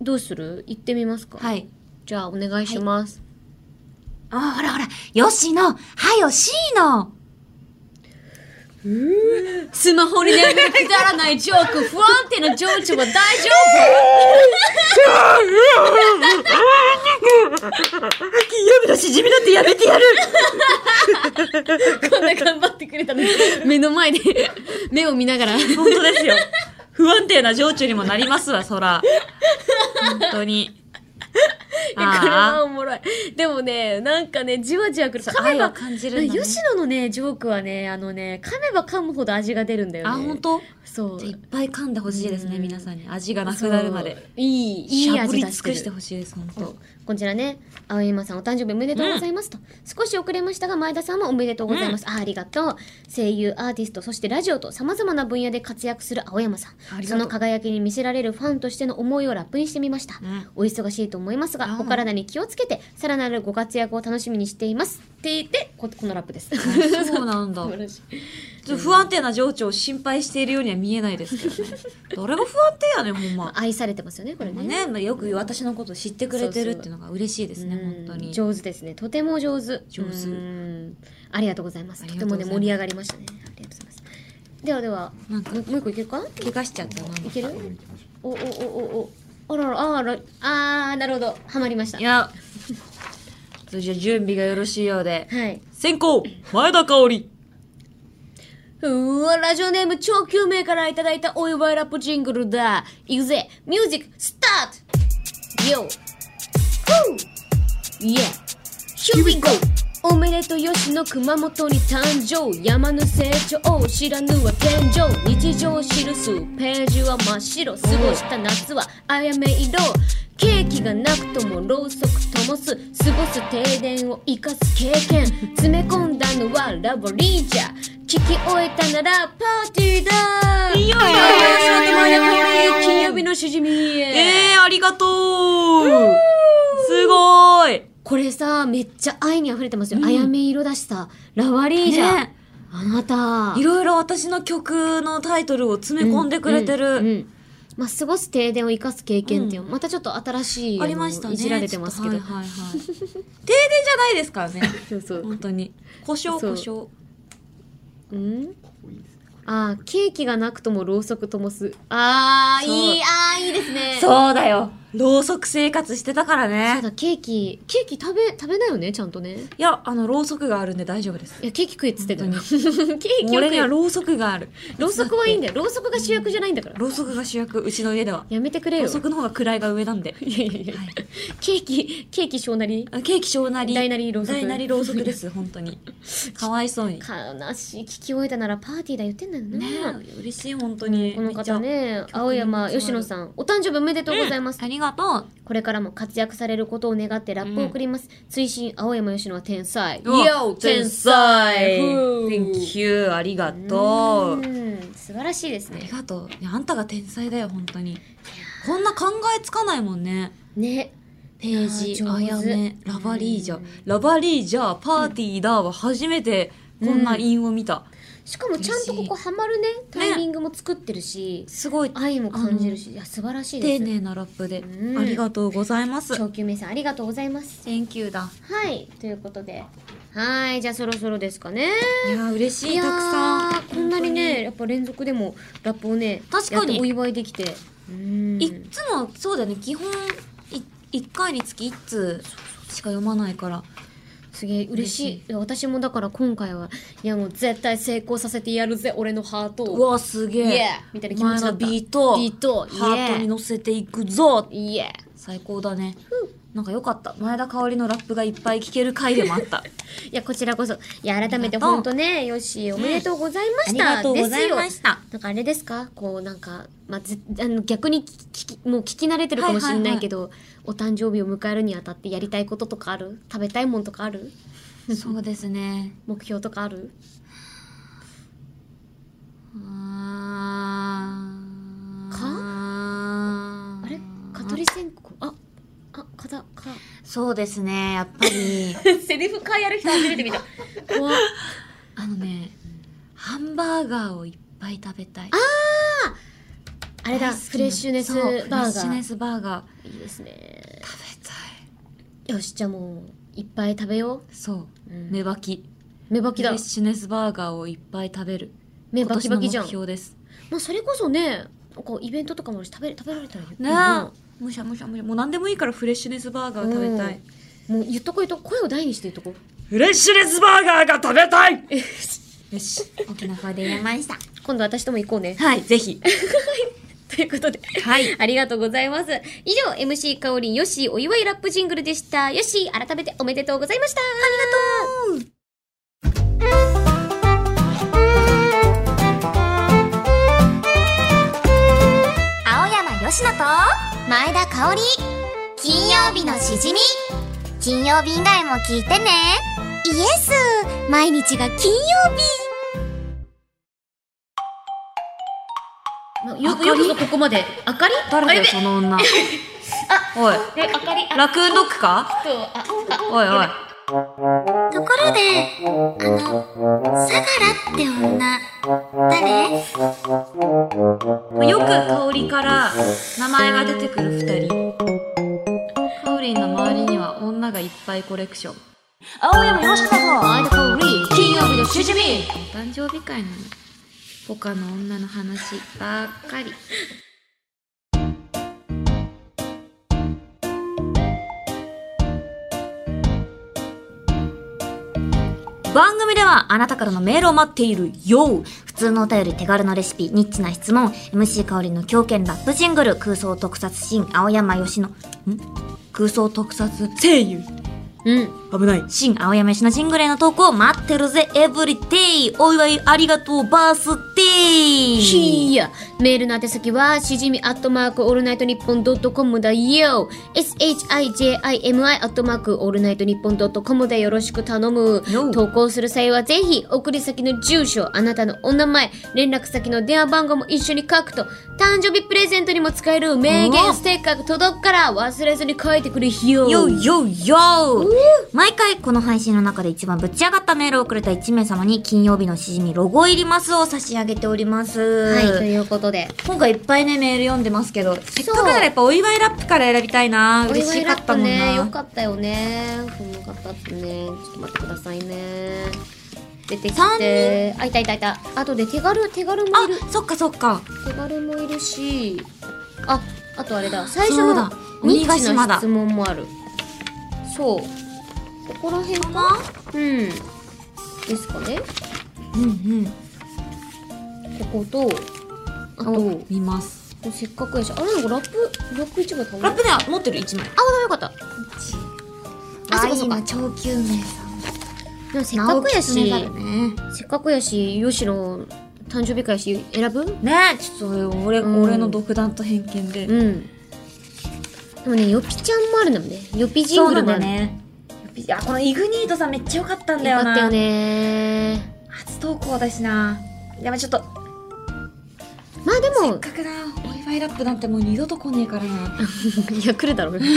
S2: どうする行ってみますかい。
S1: はい。
S2: じゃあ、お願いします。
S1: あ、ほらほら、よしの、はよしの。
S2: スマホに眠るくだらないジョーク、不安定な情緒は大丈
S1: 金曜日のしじみだってやめてやる
S2: (laughs) 夫こんな頑張ってくれたのに、 (laughs) 目の前で、目を見ながら。
S1: 本当ですよ。不安定な情緒にもなりますわ、そら。本当に。
S2: い (laughs) やこれは
S1: あ
S2: おもろい。でもね、なんかね、じわじわくる。
S1: そう
S2: 噛めば
S1: 愛を感じるんだね
S2: 吉野のね、ジョークはね、あのね、噛めば噛むほど味が出るんだよ
S1: あ、
S2: ね。
S1: あ、本当
S2: そう
S1: じゃあいっ。ぱい噛んでほしいですね、
S2: うん
S1: 皆さんに。味がなくなるまで
S2: そう。。いい、い
S1: し
S2: い
S1: ゃぶ
S2: 味
S1: り尽
S2: 出して
S1: くして
S2: る。
S1: ほしいです、本
S2: そう
S1: 当。
S2: こちらね、青山さんお誕生日おめでとうございますと、少し遅れましたが前田さんもおめでとうございます、あありがとう声優アーティストそしてラジオとさまざまな分野で活躍する青山さ
S1: あ
S2: ん
S1: り
S2: そ
S1: がとう
S2: の輝きに見せられるファンとしての思いをラップにしてみました、
S1: うん
S2: お忙しいと思います
S1: あ
S2: が
S1: ー
S2: お体に気をつけてさらなるご活躍を楽しみにしていますって言ってここのラップです
S1: (laughs) そうなん (laughs) だ
S2: (laughs) 素。晴らしい
S1: ちょっと不安定な情緒を心配しているようには見えないですけど (laughs) ね。誰が不安定やねん、ほんま。
S2: 愛されてますよねこれね
S1: ね、まあ、よく私のこと知ってくれてるっていうのが嬉しいですね、
S2: うん
S1: 本当に。
S2: 上手ですねとても上手
S1: 上手
S2: うんありがとうございます
S1: あ
S2: と
S1: り
S2: て
S1: がとう
S2: も
S1: ございま
S2: ね
S1: す
S2: 盛り上がりましたねありがとうございますではでは
S1: なんか
S2: も、もう一個いけるか
S1: 怪我しちゃったな。
S2: いけるおおおおおあららあらあーなるほどハマりました
S1: いや、それじゃあ準備がよろしいようで。
S2: はい
S1: 先行、前田香織。
S2: うわラジオネーム超救命からいただいたお祝いラップジングルだ行くぜミュージックスタート YO! ふぅ Yeah! Here we go! おめでとう吉野熊本に誕生山の成長を知らぬは天井日常を記すページは真っ白過ごした夏はあやめ色ケーキがなくともろうそく灯す過ごす停電を生かす経験詰め込んだのはラボリージャー聞き終えたならパーティーだ
S1: いいよいいよいいよ
S2: いいよ金曜日のしじみ
S1: えー、ありがとうすごーい
S2: これさ、めっちゃ愛に溢れてますよ。あやめ色だしさ、ラワリーじゃん。
S1: ね
S2: あなた。
S1: いろいろ私の曲のタイトルを詰め込んでくれてる。
S2: うんうんまあ、過ごす停電を生かす経験っていう、またちょっと新しい、
S1: ありました
S2: あ
S1: ね。
S2: のいじられてますけど。
S1: ちょっとはいはいはい。 (laughs) 停電じゃないですからね。
S2: そうそう。
S1: 本当に。故障、
S2: そう
S1: 故障。
S2: うんあーケーキがなくともろうそくともす。ああ、
S1: そう
S2: いい、ああ、いいですね。
S1: そうだよ。ろうそく生活してたから
S2: そう
S1: ね。
S2: だ、ケーキ、ケーキ食べ、食べなよね、ちゃんとね。
S1: いや、あの、ろうそくがあるんで大丈夫です。
S2: いや、ケーキ食えっつってた (laughs) よ。ケ
S1: 本
S2: ーキを食
S1: 俺に
S2: え
S1: は。ろうそくがある。
S2: ろうそくはいいんだよ。ろうそくが主役じゃないんだから。
S1: ろうそくが主役、うちの家では。
S2: やめてくれ
S1: ろ
S2: よ。
S1: うそくの方が位が上なんで。
S2: いやいやいや、
S1: はい
S2: ケーキ、ケーキ小なり。
S1: あケーキ小なり。
S2: 大なりろうそく
S1: 大なりろうそくです、本当に。かわいそうに。
S2: 悲しい。聞き終えたならパーティーだ言ってんだよ
S1: ね
S2: ね。
S1: え、嬉しい、本当に。
S2: この
S1: めっちゃ
S2: 方。ね、青山吉野さん、お誕生日おめでとうございます。
S1: ありがとう。
S2: これからも活躍されることを願ってラップを送ります。追伸青山吉野は天才。
S1: うわ
S2: Yo 天才
S1: Thank you! ありがとう。
S2: うん素晴らしいです
S1: あり
S2: ね。
S1: がとう。いやあんたが天才だよ、本当に。こんな考えつかないもんね。
S2: ね。
S1: ページ、
S2: いやー
S1: あ
S2: 上手
S1: やめ、ラバリージャ
S2: うん。
S1: ラバリージャ、パーティーだは初めてこんな韻を見た。
S2: しかもちゃんとここハマるね、タイミングも作ってるし、
S1: すごい
S2: 愛も感じるし、いや、素晴らしいで
S1: 丁
S2: す。
S1: 寧なラップで
S2: う。ん
S1: ありがとうございます。
S2: 長久名さんありがとうございます。
S1: Thank you だ。
S2: はい、ということで。はい、じゃあそろそろですかね。
S1: いやー嬉しい、
S2: や
S1: たくさん
S2: ー。こんなにね、やっぱ連続でもラップをね、
S1: 確かに
S2: やってお祝いできて。うん
S1: いっつもそうだよね基本い1回につき1通しか読まないから
S2: すげえ嬉しい
S1: 嬉し
S2: いや私もだから今回はいやもう絶対成功させてやるぜ俺のハート
S1: う
S2: を
S1: わすげ
S2: イ
S1: え
S2: エーみたいな気持ちだ
S1: お
S2: った
S1: 前のビート
S2: ビート
S1: ハートに乗せていくぞ
S2: イエ
S1: 最高だねなんかよかった前田香織のラップがいっぱい聴ける回でもあった
S2: (laughs) ーいやこちらこそいや改めて
S1: ありがとう
S2: 本当ねよしおめでとうございました、
S1: ありがとうございま
S2: ですよ
S1: した
S2: なんかあれですかこうなんか、まあ、ぜあの逆に聞きもう聞き慣れてるかもしれないけど、お誕生日を迎えるにあたってやりたいこととかある食べたいもんとかある
S1: そうですね
S2: 目標とかある
S1: あー
S2: かあれ蚊取り線香ああ蚊だ蚊
S1: そうですねやっぱ
S2: (laughs)
S1: り
S2: セリフ変えやる人初めて見た。 (laughs) 怖っ
S1: あのねハンバーガーをいっぱい食べたい
S2: あれだ、
S1: 大好きな
S2: フレッシュネ
S1: そ
S2: ス
S1: う
S2: バ
S1: フレッシ
S2: ー
S1: ュ
S2: ガ
S1: ネ
S2: ー。
S1: スバーガー
S2: いいですね。
S1: 食べたい
S2: よし、じゃあもう、いっぱい食べよ
S1: そう
S2: う。うん
S1: 目バキ
S2: 目バ
S1: フ
S2: キだ
S1: レッ。シュネスバーガーをいっぱい食べる
S2: 目バキバキじゃ
S1: 今年の
S2: ん。
S1: 目標です
S2: まあ、それこそね、こう、イベントとかもあるし食べ、食べられたらいいよ
S1: ねえむしゃむしゃむしゃもう何でもいいからフレッシュネスバーガー食べたい、
S2: うんもう言っとこう言っとこう声を大にして言っとこう。
S1: フレッシュネスバーガーが食べたいよし沖縄で言えました
S2: 今度私とも行こうね。
S1: はいぜひ
S2: ということで。
S1: はい
S2: ありがとうございます。以上、MC かおりんよしお祝いラップジングルでした。よし、改めておめでとうございました。ありがとう。
S3: 青山よしと前田香織金曜日のしじみ金曜日以外も聞いてねイエス毎日が金曜日
S2: まあよくよくぞここまで。あかり
S1: 誰だよその女おい
S2: え、あかり、あ、
S1: ラクーンドッグか
S2: と、あ、あ、
S1: おいおい
S3: ところであの相良って女誰
S1: まあよく香りから名前が出てくる二人香りの周りには女がいっぱいコレクション青山よしかと
S2: 前田香織金曜日のしじみ
S1: お誕生日会なのに他の女の話ばっかり番組ではあなたからのメールを待っているよ
S3: 普通のお便り手軽のレシピニッチな質問 MC 香りの狂犬ラップジングル空想特撮シーン青山よしの
S1: 空想特撮声優
S2: うん。
S1: 危ない
S3: 新青山よしのジングルへの投稿待ってるぜエブリデイお祝いありがとうバースデイ
S2: ひーや。メールの宛先は、しじみアットマークオールナイトニッポンドットコムだよ。shijimi アットマークオールナイトニッポンドットコムでよろしく頼む
S1: よ。
S2: 投稿する際は、ぜひ、送り先の住所、あなたのお名前、連絡先の電話番号も一緒に書くと、誕生日プレゼントにも使える名
S1: お
S2: 言ステッカーが届くから、忘れずに書いてくれよ。
S1: よよよ
S3: 毎回この配信の中で一番ぶち上がったメールをくれた1名様に金曜日のしじみロゴ入りますを差し上げております。
S2: はい、ということで。
S1: 今回いっぱいねメール読んでますけどせっかくならやっぱお祝いラップから選びたいな
S2: お祝い
S1: 嬉しかったもん
S2: ラップね、よ
S1: な
S2: かったよね。こんな方ってね。ちょっと待ってくださいね。出てき
S1: 三
S2: て。あ、いたいたいた。あとで手軽、手軽もいる。
S1: あそっかそっか
S2: 手軽もいるし。あ、あとあれだ最初の
S1: そうだ
S2: ニッ
S1: 鬼ヶ
S2: チ
S1: 島
S2: な
S1: だ
S2: 質問もあるそうここら辺
S1: か
S2: か
S1: な
S2: うんですかね
S1: うんうん
S2: こことあ
S1: を
S2: と
S1: 見ます
S2: せっかくやしあれなんかラップラップ一枚かぶ
S1: ラッ
S2: あ
S1: プでは持ってる1枚
S2: ダメよかった
S1: あそうかそうか
S3: 今超救命さん
S2: でもせっかくやし、
S1: 直狐だね
S2: せっかくやしよしの誕生日会やし選ぶ
S1: ねえちょっとそれ俺,、
S2: うん
S1: 俺の独断と偏見で、
S2: うんでもねよぴちゃんもあるのよねよぴジ
S1: そ
S2: ン
S1: う
S2: グ
S1: な
S2: ル
S1: んだ
S2: もあ
S1: よ
S2: る
S1: ねいやこのイグニートさんめっちゃ良かったんだ
S2: よ
S1: よ
S2: か
S1: な
S2: ったよね
S1: 初投稿だしなやばいちょっと
S2: まあで
S1: せっ
S2: も
S1: かくなお祝いラップなんてもう二度と来ねえからな
S2: いや来るだろうね
S1: (laughs)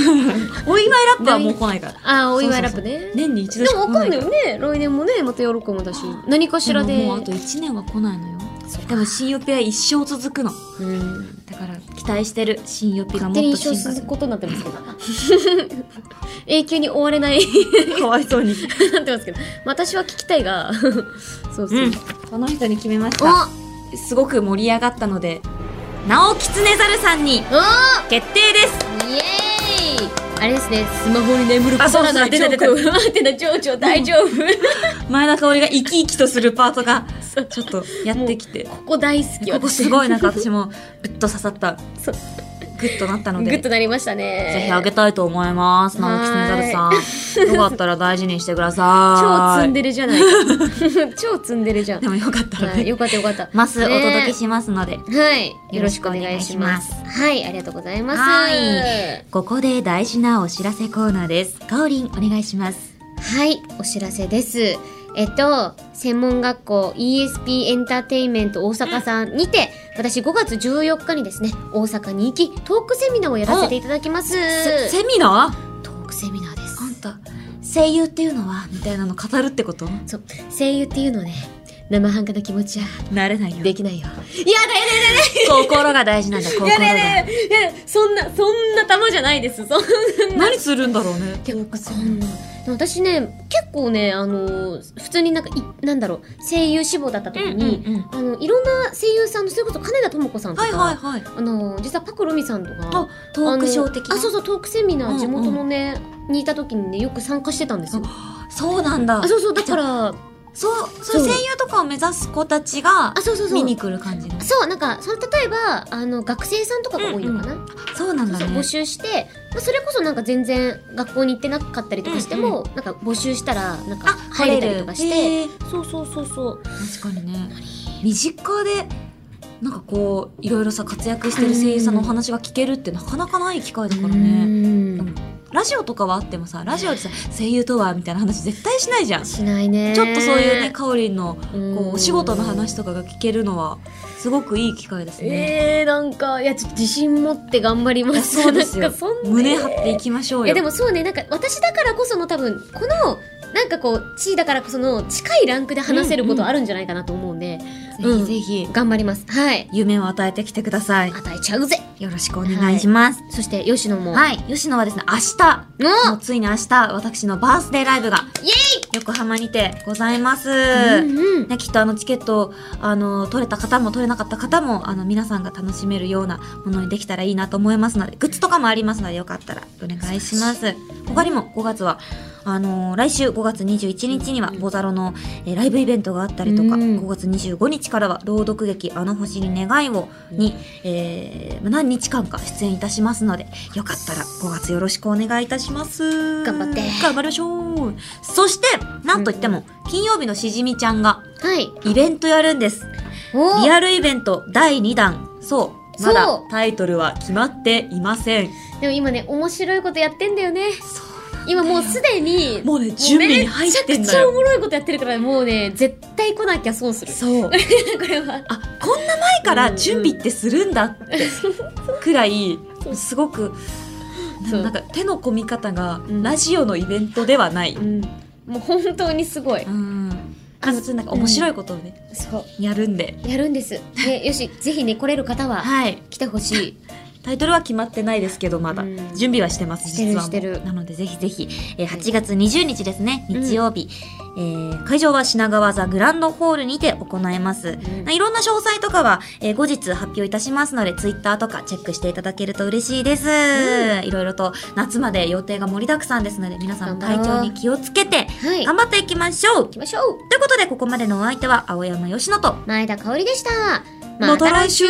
S1: お祝いラップはもう来ないから
S2: ああお祝いラップ
S1: そうそう
S2: ね
S1: そう年に一度
S2: でもわかんない
S1: よ
S2: よね来年もねまたやるかもだし何かしらで
S1: ももうあと1年は来ないのよでも新予備は一生続くの
S2: うん
S1: だから期待してる新予備がもっ
S2: 勝手に
S1: と
S2: 一生
S1: 進
S2: 続く
S1: 化
S2: ことになってますけど (laughs) 永久に終われない (laughs)
S1: (laughs) かわいそうに
S2: なってますけど私は聞きたいが (laughs) そうそう、
S1: うんこの人に決めまし
S2: お
S1: たすごく盛り上がったので直キツネザルさんに
S2: おー
S1: 決定です
S2: イエーイあれですね、スマホに眠る
S1: あそう
S2: な
S1: そう
S2: ら
S1: 出
S2: ジ
S1: た
S2: ョ
S1: 出
S2: ー
S1: た
S2: ク。 (laughs) 待ってた、情緒大丈夫。
S1: 前田香織が生き生きとするパートが
S2: そう
S1: ちょっとやってきて
S2: ここ大好き。
S1: ここす
S2: い。
S1: ごいなんか私もぶっと刺さった
S2: そう
S1: グッとなったの
S2: グ
S1: で
S2: ッと
S1: ぜ
S2: なりましたね。
S1: ひあげたいと思います
S2: は
S1: 直キ
S2: ーい
S1: ツネザルさんよかったら大事にしてくださ
S2: 超
S1: い
S2: ツンデレじゃない (laughs) か。超ツンデレじゃん。
S1: でもよかったら
S2: はい
S1: ね
S2: よかったよかった。
S1: ますお
S2: ね
S1: 届けしますので
S2: はい。
S1: よ
S2: よ
S1: ろ
S2: ろ
S1: し
S2: し
S1: く
S2: く
S1: お
S2: お
S1: 願
S2: 願
S1: い
S2: い
S1: し
S2: し
S1: ま
S2: ますす。はい、ありがとうございます。
S1: はいここで大事なお知らせコーナーですかおりんお願いします
S2: はい、お知らせです。えっと、専門学校 ESP エンターテインメント大阪さんにて、私5月14日にですね、大阪に行き、トークセミナーをやらせていただきます。
S1: せセミナー
S2: トークセミナーで
S1: あん
S2: す。
S1: た声優っていうのはみたいなの語るってこと
S2: そう、声優っていうのはね、生半可な気持ちは
S1: なれないよ
S2: できないよ。いやだやだや
S1: 心が大事なんだ心が
S2: だやだやだやだそんな、そんな玉じゃないです。そん
S1: 何するんだろうね
S2: 結構そんなでも私ね結構ねあのー普通になんかいなんだろう声優志望だった時に、
S1: うんうんうん
S2: あのいろんな声優さんのそれこそ金田朋子さんとか、
S1: はいはいはい
S2: あのー実はパクロミさんと
S1: あ
S2: か
S1: トークショー的
S2: あのあそうそうトークセミナー、
S1: うんうん
S2: 地元のねにいた時にねよく参加してたんですよ
S1: そうなんだ
S2: あそうそうだから
S1: そうそう
S2: そう
S1: 声優とかを目指す子たちが
S2: あそうそうそ
S1: 見
S2: う
S1: に来る感じの
S2: そうなんかそれ例えばあの学生さんとかが多いのかな、
S1: そうなんだ
S2: そう
S1: ね
S2: 募集して、まあ、それこそなんか全然学校に行ってなかったりとかしても、なんか募集したらなんか入れたりとかして
S1: へー
S2: そうそうそうそう
S1: 確かにね身近でなんかこういろいろさ活躍してる声優さんのお話が聞けるってなかなかない機会だからね
S2: ね
S1: ラジオとかはあってもさラジオでさ声優とはみたいな話絶対しないじゃんち
S2: しないね
S1: ょっとそういうねかおりんの
S2: うん
S1: こうお仕事の話とかが聞けるのはすごくいい機会ですね、
S2: えー、なんかいやちょっと自信持って頑張りま
S1: いや
S2: す
S1: そうです
S2: な
S1: よ
S2: んかそんな
S1: 胸張っていきましょうよ
S2: いやでもそうねなんか私だからこその多分このなんかこう地位だからこその近いランクで話せることあるんじゃないかなと思うんで、
S1: ぜひぜひ
S2: 頑張りますはい
S1: 夢を与えてきてください
S2: 与えちゃうぜ
S1: よろしくお願いします
S2: そして吉野も、い、
S1: はい、吉野はですね明日
S2: の
S1: もうついに明日私のバースデーライブが
S2: イエ
S1: 横浜にてございます、
S2: うんうん
S1: ね、きっとあのチケットあの取れた方も取れなかった方もあの皆さんが楽しめるようなものにできたらいいなと思いますのでグッズとかもありますのでよかったらお願いします他にも5月はあの来週5月21日には
S2: うん
S1: ボザロの、えーライブイベントがあったりとか、
S2: うん
S1: 5月25日からは朗読劇「あの星に願いをに」えー何日間か出演いたしますのでよかったら5月よろしくお願いいたします
S2: 頑張って
S1: 頑張りましょうそしてなんといっても、金曜日のしじみちゃんが
S2: はい
S1: イベントやるんです
S2: お
S1: リアルイベント第2弾そうまだ
S2: そう
S1: タイトルは決まっていません
S2: でも今ね面白いことやってんだよね今もうすでに
S1: もうね準備に入ってん
S2: めち
S1: だ
S2: ゃくちゃ
S1: よ
S2: おもろいことやってるからもうね絶対来なきゃ
S1: (laughs)
S2: 損する
S1: そう
S2: これは
S1: あこんな前から準備ってするんだ
S2: (laughs)
S1: ってくらい
S2: そう
S1: すごく
S2: そう
S1: なんか手の込み方が
S2: うん
S1: ラジオのイベントではない、
S2: うんもう本当にすごい
S1: うん、まず普通になんか面白いことをね、
S2: そ
S1: やるんで、
S2: うやるんですねよしぜひね来れる方は
S1: はい
S2: 来てほしい
S1: タイトルは決まってないですけどまだ
S2: うん
S1: 準備はしてます
S2: してる
S1: 実は
S2: してる
S1: なのでぜひぜひ、えー
S2: はい
S1: 8月20日ですね日曜日、えー会場は品川ザグランドホールにて行います、
S2: ん
S1: いろんな詳細とかは、えー後日発表いたしますのでツイッターとかチェックしていただけると嬉しいです、いろいろと夏まで予定が盛りだくさんですので皆さんも
S2: 頑張ろ
S1: 体
S2: う
S1: 調に気をつけて
S2: はい。
S1: 頑
S2: 行
S1: 張っていきましょう
S2: きましょう。
S1: ということでここまでのお相手は青山佳乃と
S2: 前田香織でした。
S1: また来週